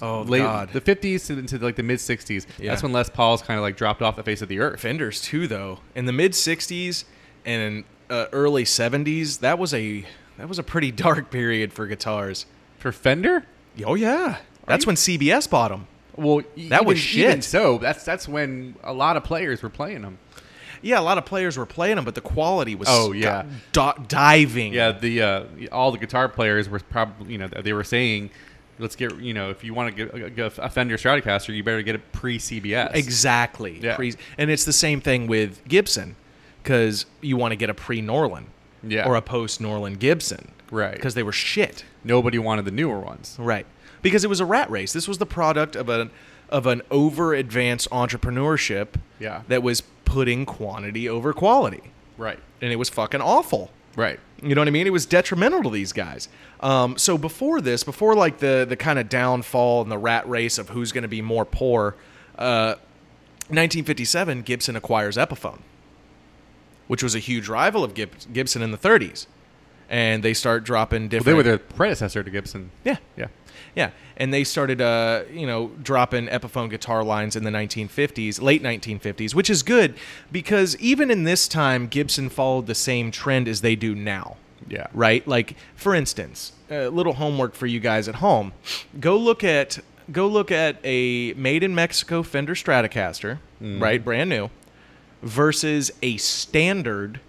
Oh, late God. the fifties into like the mid sixties. Yeah. That's when Les Pauls kind of like dropped off the face of the earth. Fenders too, though. In the mid '60s and uh, early '70s, that was a that was a pretty (laughs) dark period for guitars. For Fender, Oh yeah, that's when CBS bought them. well, That was Even shit. so, that's that's when a lot of players were playing them. Yeah, a lot of players were playing them, but the quality was Oh, yeah. got- do- diving. Yeah, the uh, all the guitar players were probably you know they were saying, let's get you know if you want to get, get a Fender Stratocaster, you better get it pre CBS. exactly. Yeah. Pre- and it's the same thing with Gibson, because you want to get a pre Norlin, Yeah. or a post Norlin Gibson, Right. Because they were shit. Nobody wanted the newer ones. Right. Because it was a rat race. This was the product of an of an over advanced entrepreneurship Yeah. that was putting quantity over quality. Right. And it was fucking awful. Right. You know what I mean? It was detrimental to these guys. Um, so before this, before like the the kind of downfall and the rat race of who's going to be more poor, uh, 1957 Gibson acquires Epiphone, which was a huge rival of Gib- Gibson in the 30s, and they start dropping Well, different. they were the predecessor to Gibson. yeah Yeah. yeah, and they started, uh, you know, dropping Epiphone guitar lines in the 1950s, late 1950s, which is good because even in this time, Gibson followed the same trend as they do now. Yeah. Right. Like, for instance, a little homework for you guys at home: go look at go look at a made in Mexico Fender Stratocaster, right, brand new, versus a standard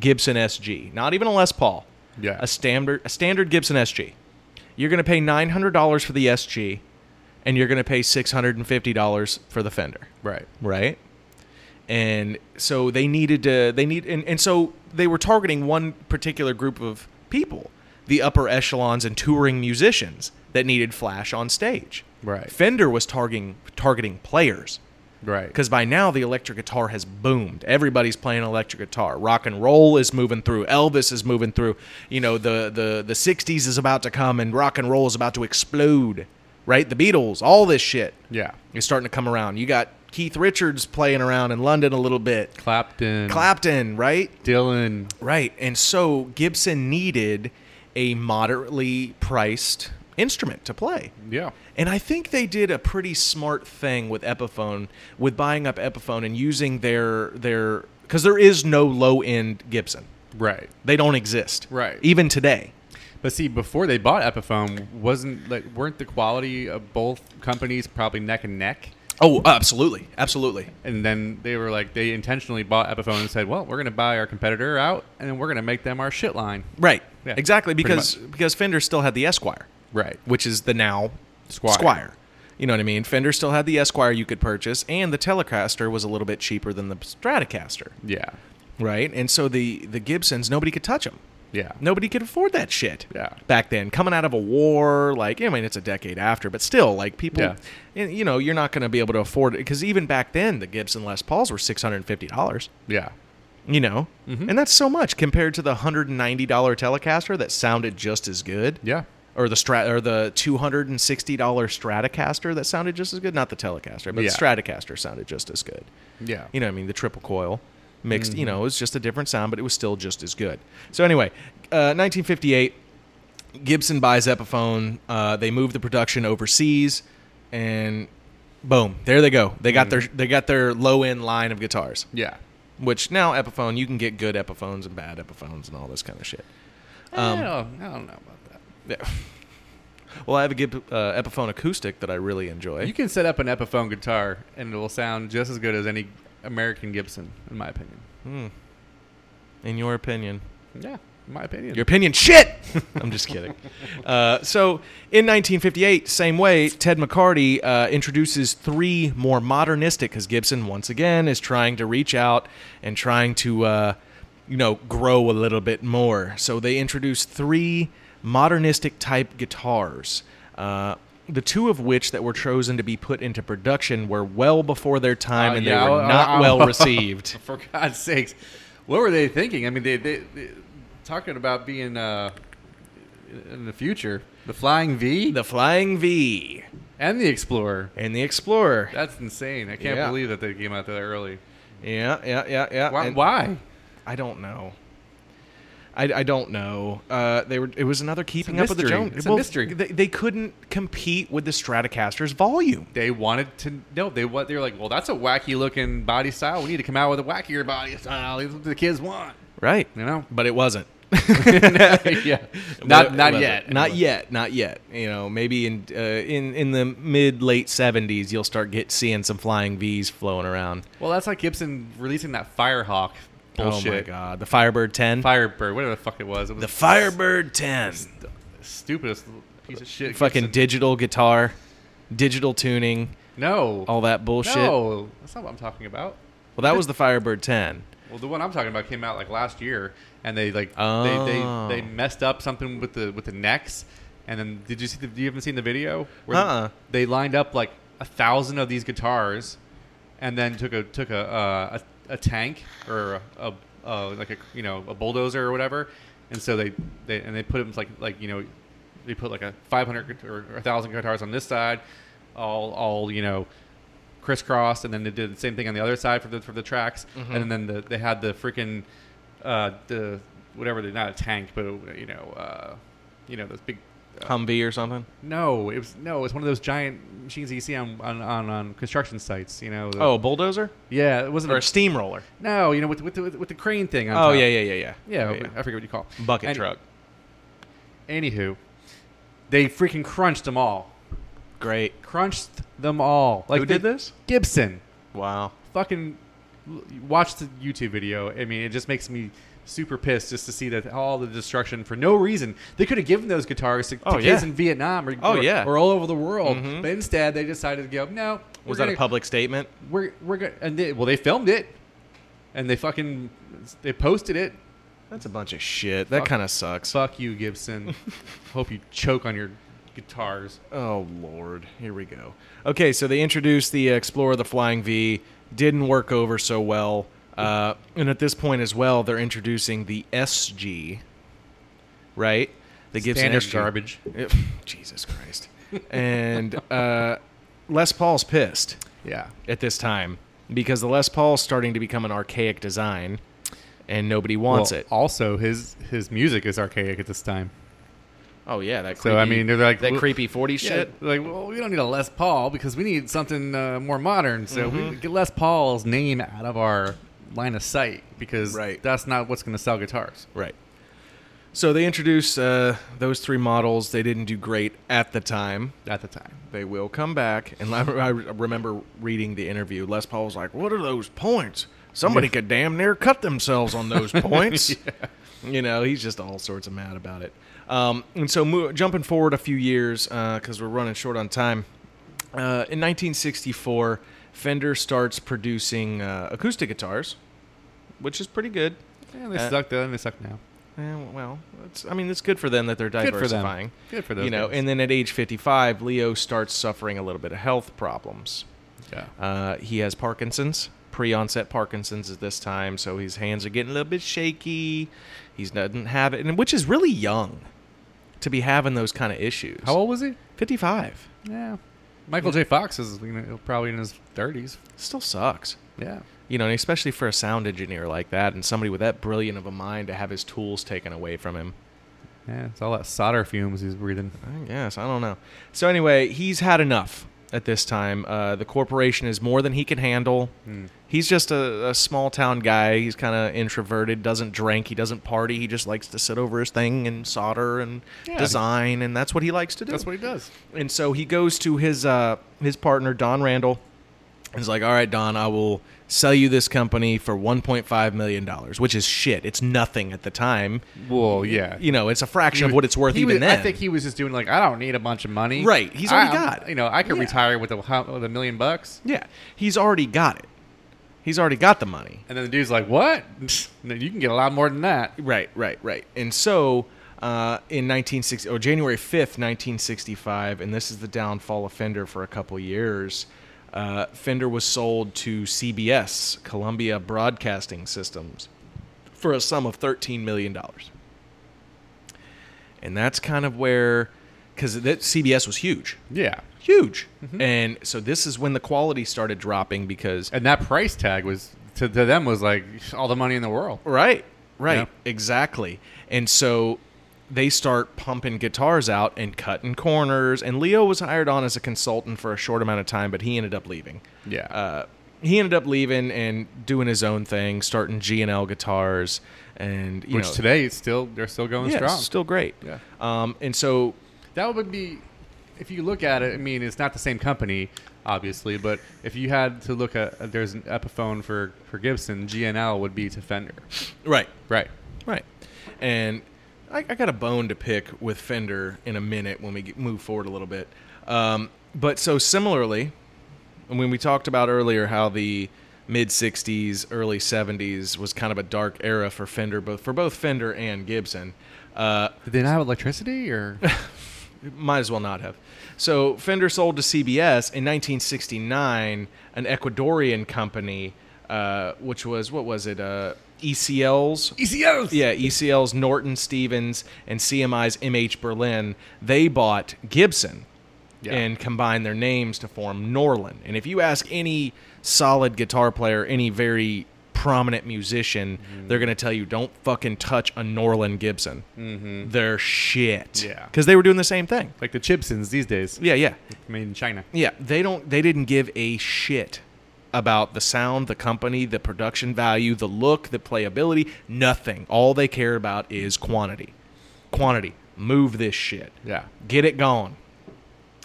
Gibson SG, not even a Les Paul. Yeah. A standard a standard Gibson SG. You're going to pay $900 for the SG and you're going to pay $650 for the Fender, Right. right? And so they needed to they need and, and so they were targeting one particular group of people, the upper echelons and touring musicians that needed flash on stage. Right. Fender was targeting targeting players Right. because by now the electric guitar has boomed. Everybody's playing electric guitar. Rock and roll is moving through. Elvis is moving through. You know, the the the '60s is about to come, and rock and roll is about to explode. Right? The Beatles, all this shit yeah. is starting to come around. You got Keith Richards playing around in London a little bit. Clapton. Clapton, right? Dylan. Right. And so Gibson needed a moderately priced instrument to play. Yeah. And I think they did a pretty smart thing with Epiphone, with buying up Epiphone and using their their because there is no low end Gibson. Right. They don't exist. Right. Even today. But see, before they bought Epiphone, wasn't like weren't the quality of both companies probably neck and neck? Oh, absolutely, absolutely. And then they were like they intentionally bought Epiphone and said, "Well, we're going to buy our competitor out, and then we're going to make them our shit line." Right. Yeah, exactly. pretty Because because Fender still had the Esquire, Right. which is the now Squire. Squire. You know what I mean? Fender still had the Esquire you could purchase, and the Telecaster was a little bit cheaper than the Stratocaster, Yeah. right? And so the the Gibsons, nobody could touch them. Yeah. Nobody could afford that shit. Yeah. Back then, coming out of a war, like I mean, it's a decade after, but still, like people, Yeah. and, you know, you're not going to be able to afford it because even back then, the Gibson Les Pauls were six hundred and fifty dollars. Yeah. You know, Mm-hmm. and that's so much compared to the hundred and ninety dollar Telecaster that sounded just as good. Yeah. Or the Strat, or the two hundred and sixty dollar Stratocaster that sounded just as good. Not the Telecaster, but Yeah. the Stratocaster sounded just as good Yeah. you know what I mean, the triple coil mixed, you know, it was just a different sound, but it was still just as good. So anyway, uh, 1958, Gibson buys Epiphone. Uh, they move the production overseas, and Boom. There they go. They got their they got their low end line of guitars. Yeah. Which now Epiphone, you can get good Epiphones and bad Epiphones and all this kind of shit. (laughs) I, don't, I don't know about that. Yeah. Well, I have a Gib, uh, Epiphone acoustic that I really enjoy. You can set up an Epiphone guitar and it will sound just as good as any American Gibson, in my opinion. Hmm. in your opinion, Yeah, in my opinion. your opinion, (laughs) shit. I'm just kidding. Uh, so, in 1958, same way, Ted McCarty uh, introduces three more modernistic, because Gibson once again is trying to reach out and trying to, uh, you know, grow a little bit more. So they introduce three modernistic type guitars. Uh, the two of which that were chosen to be put into production were well before their time, Uh, and yeah, they were I- I- not I- well received. (laughs) For God's sakes, what were they thinking? I mean, they, they, they talking about being uh, in the future, the Flying V The Flying V and the Explorer. and the Explorer. That's insane. I can't Yeah. believe that they came out that early. Yeah, yeah, yeah, yeah. Why? And- why? I don't know. I, I don't know. Uh, they were. It was another keeping up with the mystery. Jones. It's a mystery. They, they couldn't compete with the Stratocaster's volume. They wanted to no. They what? They were like, well, that's a wacky looking body style. We need to come out with a wackier body style. That's what the kids want. Right. You (laughs) know? (laughs) But it wasn't. yeah. Not But it not wasn't. yet. Not yet. Not yet. You know, maybe in uh, in in the mid late seventies, you'll start get seeing some flying V's flowing around. Well, that's like Gibson releasing that Firehawk bullshit. Oh my god, the Firebird Ten. Firebird, whatever the fuck it was. It was the Firebird Ten. stupidest little piece of shit. Fucking Gibson- digital guitar, digital tuning, no. all that bullshit. No, that's not what I'm talking about. Well, that was the Firebird Ten. Well, the one I'm talking about came out like last year, and they like Oh. they, they they messed up something with the with the necks, and then did you see the? You haven't seen the video? Uh-uh. They lined up like a thousand of these guitars, and then took a took a uh, a, a tank or a, a, a like a you know a bulldozer or whatever, and so they, they and they put them like like you know they put like a 500 gu- or a thousand guitars on this side, all all you know crisscrossed, and then they did the same thing on the other side for the for the tracks, Mm-hmm. and then the, they had the freaking uh, the whatever they not a tank, but you know uh, you know those big. Uh, Humvee or something. no, it was no. It's one of those giant machines that you see on on, on, on construction sites. You know. the- Oh, a bulldozer yeah, it wasn't. or a- a steamroller. no, you know with the, with the, with the crane thing. On Oh top. yeah, yeah, yeah, yeah. yeah. I forget what you call it. Bucket Any- truck. Anywho, they freaking crunched them all. Great. Crunched them all. Like Who they- did this? Gibson. Wow. fucking l- watch the YouTube video. I mean, it just makes me super pissed just to see that all the destruction for no reason. They could have given those guitars to, to Oh, kids yeah. in Vietnam or, Oh, or, yeah. or all over the world, Mhm. but instead they decided to go no. we're Was that a gonna- public statement? We're we're gonna and they, well they filmed it, and they fucking they posted it. That's a bunch of shit. That Fuck. kind of sucks. Fuck (laughs) you, Gibson. Hope you choke on your guitars. Oh lord, here we go. Okay, so they introduced the Explorer, the Flying V. Didn't work over so well. Uh, and at this point as well, they're introducing the SG, right? The Gibson Standard SG. garbage. Yep. (laughs) Jesus Christ. and uh, Les Paul's pissed. Yeah. at this time because the Les Paul's starting to become an archaic design, and nobody wants Well, it. Also, his his music is archaic at this time. Oh yeah, that. Creepy, So, I mean, they're like, that well- creepy forty shit. Yeah, like, well, we don't need a Les Paul because we need something uh, more modern. So we get Les Paul's name out of our line of sight because Right. that's not what's going to sell guitars. Right. So they introduce uh, those three models. They didn't do great at the time. At the time, They will come back. And I, I remember reading the interview. Les Paul was like, "What are those points? Somebody could damn near cut themselves on (laughs) those points." You know, he's just all sorts of mad about it. Um, and so, mo- jumping forward a few years because we're running short on time. Uh, in 1964, Fender starts producing uh, acoustic guitars, which is pretty good. yeah, they Uh, suck then. They suck now. Eh, well, it's, I mean, it's good for them that they're Good for them. diversifying. Good for those You know, guys. and then at age 55, Leo starts suffering a little bit of health problems. Yeah. Uh, he has Parkinson's, pre-onset Parkinson's at this time, so his hands are getting a little bit shaky. He doesn't have it, and which is really young to be having those kind of issues. How old was he? 55. Yeah. Michael J. Fox is you know, probably in his thirties. Still sucks. Yeah. You know, and especially for a sound engineer like that and somebody with that brilliant of a mind to have his tools taken away from him. Yeah. It's all that solder fumes he's breathing. I guess. I don't know. So anyway, he's had enough. at this time. Uh, the corporation is more than he can handle. Hmm. He's just a, a small town guy. He's kind of introverted, doesn't drink, he doesn't party. He just likes to sit over his thing and solder and Yeah. design, and that's what he likes to do. That's what he does. And so he goes to his uh, his partner Don Randall, and is like, "All right, Don, I will sell you this company for 1.5 million dollars, which is shit. It's nothing at the time. Well, yeah. You know, it's a fraction He of was- what it's worth he even was- then. I think he was just doing like I don't need a bunch of money. Right, he's already I- got- You know, I could yeah. retire with a hu- with a million bucks. yeah, he's already got it. He's already got the money. And then the dude's like, "What? No, you can get a lot more than that." Right, right, right. And so uh, in 1960, or January 5th, 1965, and this is the downfall of Fender for a couple years. Uh, Fender was sold to CBS, Columbia Broadcasting Systems, for a sum of thirteen million dollars. And that's kind of where, because that CBS was huge, Yeah. huge, and so this is when the quality started dropping because And that price tag was to, to them was like all the money in the world. Right, right, Yeah. exactly. And so they start pumping guitars out and cutting corners. And Leo was hired on as a consultant for a short amount of time, but he ended up leaving. Yeah. Uh, he ended up leaving and doing his own thing, starting G and L guitars, and you Which know, today it's still they're still going yeah, strong. still great. Yeah. Um, and so That would be, if you look at it, I mean, it's not the same company, obviously, but if you had to look at, uh, there's an Epiphone for, for Gibson, GNL would be to Fender. right, Right. Right. And I, I got a bone to pick with Fender in a minute when we get, move forward a little bit. Um, but so similarly, when we talked about earlier how the mid 60s, early 70s was kind of a dark era for Fender, both for both Fender and Gibson. Uh, Did they not have (laughs) electricity or? might as well not have. So Fender sold to CBS in 1969, an Ecuadorian company, uh, which was what was it? Uh, ECL's E ECOs! yeah, ECL's Norton Stevens and CMI's MH Berlin, they bought Gibson Yeah. and combined their names to form Norlin. And if you ask any solid guitar player, any very prominent musician, Mm-hmm. they're going to tell you don't fucking touch a Norlin Gibson. Mm-hmm. They're shit. Yeah. Because they were doing the same thing. Like the Chibsons these days. Yeah, yeah. I mean, China. Yeah, they don't. They didn't give a shit about the sound, the company, the production value, the look, the playability. Nothing. All they care about is quantity. Quantity. Move this shit. Yeah. Get it gone.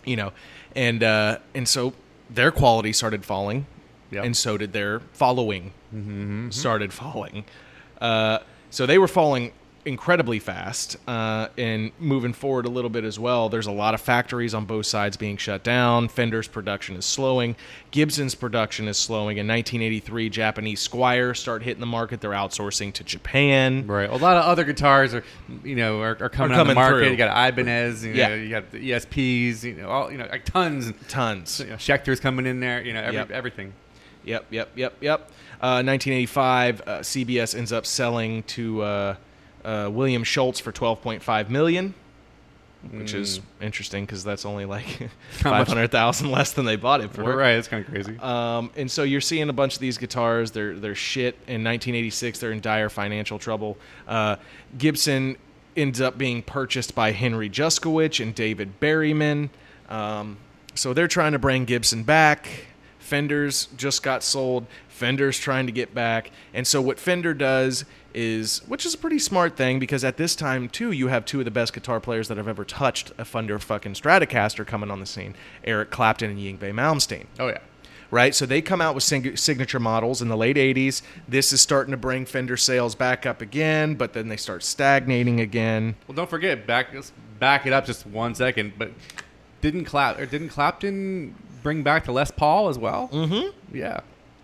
You know, and uh, and so their quality started falling, Yep. Mm-hmm, and so did their following started falling. Uh, so they were falling incredibly fast uh, and moving forward a little bit as well. There's a lot of factories on both sides being shut down. Fender's production is slowing. Gibson's production is slowing. In 1983, Japanese Squire start hitting the market. They're outsourcing to Japan. Right. A lot of other guitars are, you know, are, are coming, on coming the market. through. You got Ibanez, you Yeah. know, you got the ESPs, you know, all, you know, like tons. Tons. You know, Schecter's coming in there, you know, every, Yep. everything. Yep, yep, yep, yep. Uh, 1985, uh, CBS ends up selling to uh, uh, William Schultz for 12.5 million, which is interesting because that's only like Mm. (laughs) How much- 500,000 less than they bought it for. We're right. That's kind of crazy. Um, and so you're seeing a bunch of these guitars. They're they're shit. In 1986, they're in dire financial trouble. Uh, Gibson ends up being purchased by Henry Juskowicz and David Berryman. Um, so they're trying to bring Gibson back. Fender's just got sold. Fender's trying to get back. And so what Fender does is, which is a pretty smart thing, because at this time too, you have two of the best guitar players that have ever touched a Fender fucking Stratocaster coming on the scene: Eric Clapton and Yngwie Malmsteen oh, yeah. right? So they come out with sing- signature models in the late 80s. This is starting to bring Fender sales back up again, but then they start stagnating again. Well, don't forget back. Let's back it up just one second. But didn't Clap or didn't Clapton bring back the Les Paul as well? Mm-hmm. Yeah.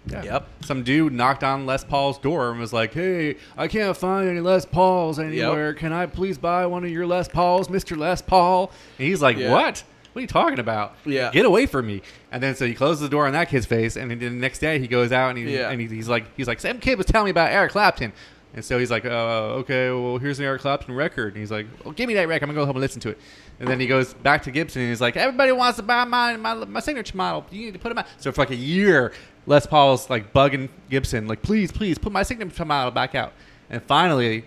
Yeah. Yep. Some dude knocked on Les Paul's door and was like, "Hey, I can't find any Les Pauls anywhere. Can I please buy one of your Les Pauls, Mister Les Paul?" And he's like, Yeah. "What? What are you talking about? Yeah. Get away from me!" And then so he closes the door on that kid's face, and then the next day he goes out and, he, Yeah. and he, he's like, "He's like, Sam kid was telling me about Eric Clapton." And so he's like, uh, okay, well, here's an Eric Clapton record. And he's like, well, give me that record. I'm going to go home and listen to it. And then he goes back to Gibson and he's like, everybody wants to buy my, my, my signature model. You need to put him out. So for like a year, Les Paul's like bugging Gibson, like, please, please put my signature model back out. And finally,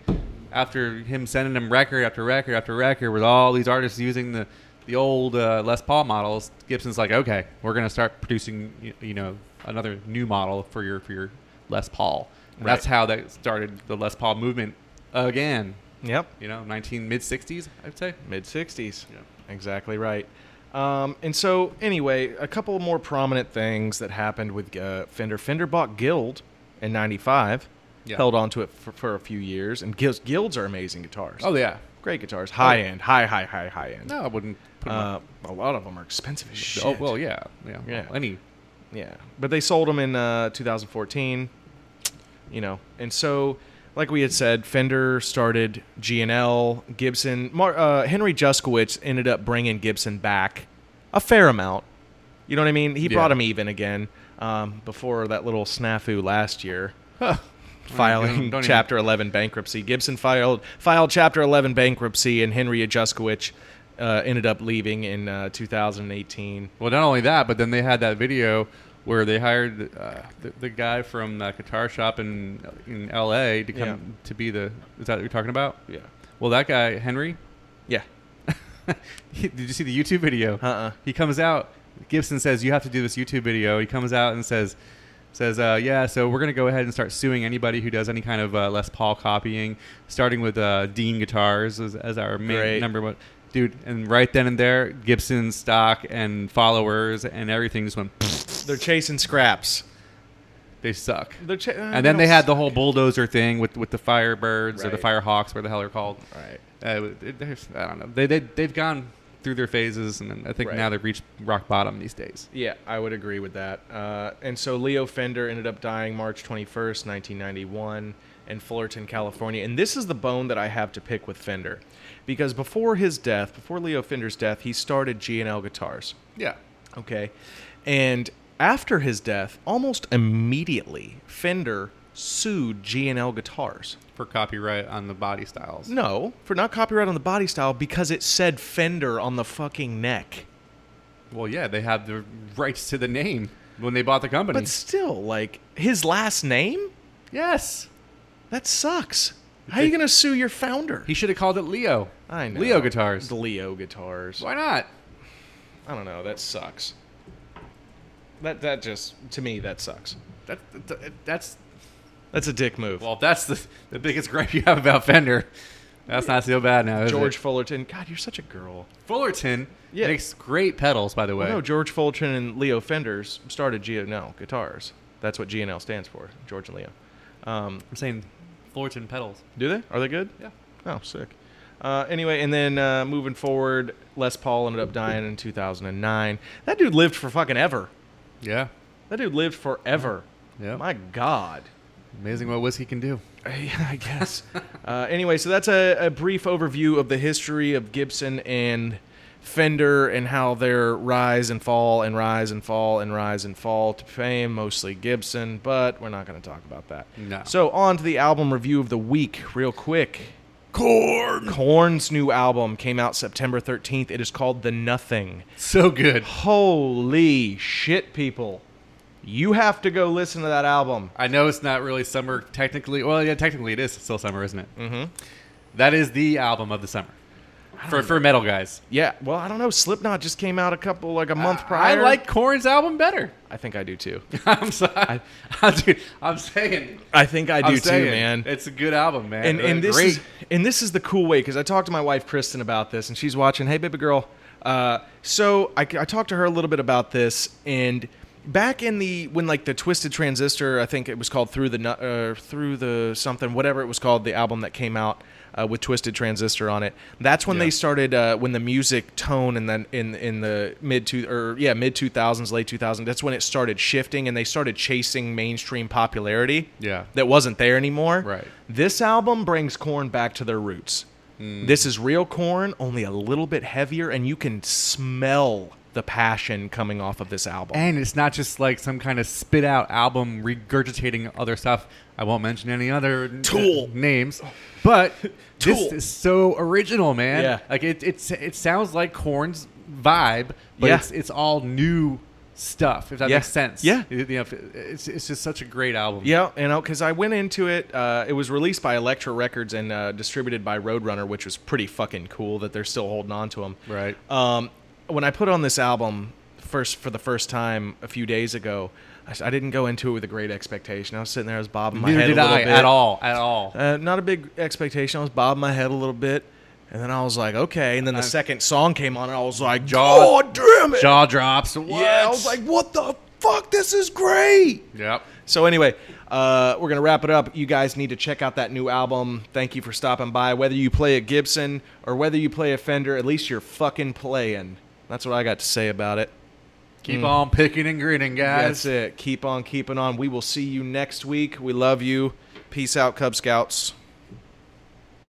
after him sending him record after record after record with all these artists using the, the old uh, Les Paul models, Gibson's like, okay, we're gonna start producing, y- you know, another new model for your for your Les Paul. And That's Right. how that started the Les Paul movement again. Yep. You know, nineteen mid sixties, I'd say. Mid 60s. Yeah. Exactly right. Um, and so, anyway, a couple more prominent things that happened with uh, Fender. Fender bought Guild in 95, Yeah. held on to it for, for a few years. And guilds, guilds are amazing guitars. Oh yeah. Great guitars. High end, high, high, high, high end. No, I wouldn't. Put 'em Uh, a lot of them are expensive as shit. up. Oh well, yeah, yeah. Yeah. Any Yeah, but they sold them in uh, 2014. You know, and so like we had said, Fender started G&L, Gibson. Mar- uh, Henry Juskowitz ended up bringing Gibson back a fair amount. You know what I mean? He Yeah. brought him even again um, before that little snafu last year. Filing Don't even- Chapter 11 bankruptcy. Gibson filed filed Chapter 11 bankruptcy, and Henry Juskowitz uh, ended up leaving in uh, 2018. Well, not only that, but then they had that video where they hired uh, the, the guy from the guitar shop in in L.A. to come Yeah. to be the. Is that what you're talking about? Yeah. Well, that guy Henry. Yeah. (laughs) he- did you see the YouTube video? Uh-uh. He comes out. Gibson says you have to do this YouTube video. He comes out and says. Says, uh, yeah, so we're going to go ahead and start suing anybody who does any kind of uh, Les Paul copying, starting with uh, Dean Guitars as, as our main Great. number one. Dude, and right then and there, Gibson stock and followers and everything just went They're chasing scraps. they suck. They're cha- uh, and then they had the whole bulldozer thing with, with the Firebirds or the Right. Firehawks, where the hell they're called. Right. Uh, it- there's- I don't know. They, they, they've gone through their phases, and I think Right. now they've reached rock bottom these days. Yeah, I would agree with that. Uh, and so Leo Fender ended up dying March 21st, 1991, in Fullerton, California. And this is the bone that I have to pick with Fender, because before his death, before Leo Fender's death, he started G&L Guitars. Yeah. Okay. And after his death, almost immediately, Fender sued G&L Guitars. For copyright on the body styles. No, for not copyright on the body style because it said Fender on the fucking neck. Well, yeah, they have the rights to the name when they bought the company. But still, like his last name? yes. That sucks. How are you gonna sue your founder? He should have called it Leo. Leo Guitars. The Leo guitars. Why not? I don't know. That sucks. That that just to me that sucks. That, that, that's That's a dick move. well, if that's the, the biggest (laughs) gripe you have about Fender. That's not so bad now. is it? George Fullerton. God, you're such a girl. Fullerton Yeah. makes great pedals, by the way. No, George Fullerton and Leo Fenders started GNL guitars. That's what GNL stands for. George and Leo. Um, I'm saying Fullerton pedals. do they? Are they good? Yeah. Oh, sick. Uh, anyway, and then uh, moving forward, Les Paul ended up dying in 2009. That dude lived for fucking ever. Yeah. That dude lived forever. Yeah. My God. Amazing what whiskey can do. (laughs) Yeah, I guess. (laughs) uh, anyway, so that's a, a brief overview of the history of Gibson and Fender and how their rise and fall and rise and fall and rise and fall to fame, mostly Gibson, but we're not going to talk about that. No. So, on to the album review of the week, real quick. Corn! Corn's new album came out September 13th. It is called The Nothing. So good. Holy shit, people. You have to go listen to that album. I know it's not really summer technically. Well, yeah, technically it is still summer, isn't it? Mm-hmm. That is the album of the summer for, for metal guys. Yeah, well, I don't know. Slipknot just came out a couple like a month prior. I like Korn's album better. (laughs) I think (laughs) I do too. I'm sorry. I, am dude, (laughs) I'm saying. I think I I'm do saying, too, man. It's a good album, man. and and Uh, this great. is and this is the cool way because I talked to my wife Kristen about this, and she's watching. Hey, baby girl. Uh, so I, I talked to her a little bit about this, and back in the when like the Twisted Transistor, I think it was called through the Nu- uh, through the something whatever it was called, the album that came out. Uh, with twisted transistor on it. That's when Yeah. they started uh, when the music tone and then in in the mid two or yeah mid two thousands late two thousand. That's when it started shifting and they started chasing mainstream popularity. Yeah. that wasn't there anymore. Right. This album brings corn back to their roots. Hmm. This is real corn, only a little bit heavier, and you can smell the passion coming off of this album. And it's not just like some kind of spit out album regurgitating other stuff. I won't mention any other n- Tool. names, (laughs) but this Tool. is so original, man. Yeah. Like it, it's it sounds like Korn's vibe, but Yeah. it's it's all new stuff. If that Yeah. makes sense. Yeah. You know, if- it's, it's just such a great album. Yeah, you know, because I went into it. Uh, it was released by Elektra Records and uh, distributed by Roadrunner, which was pretty fucking cool that they're still holding on to them. Right. Um, when I put on this album first for the first time a few days ago, I, s- I didn't go into it with a great expectation. I was sitting there, I was bobbing my Neither head did a little I bit at all. At all. Uh, not a big expectation. I was bobbing my head a little bit, and then I was like, okay. And then the second song came on, and I was like, Jaw- God damn it! Jaw drops. What? yeah, I was like, what the fuck? This is great. Yep. So anyway, uh, we're gonna wrap it up. You guys need to check out that new album. Thank you for stopping by. Whether you play a Gibson or whether you play a Fender, at least you're fucking playing. That's what I got to say about it. Keep mm. on picking and grinning, guys. That's it. Keep on keeping on. We will see you next week. We love you. Peace out, Cub Scouts.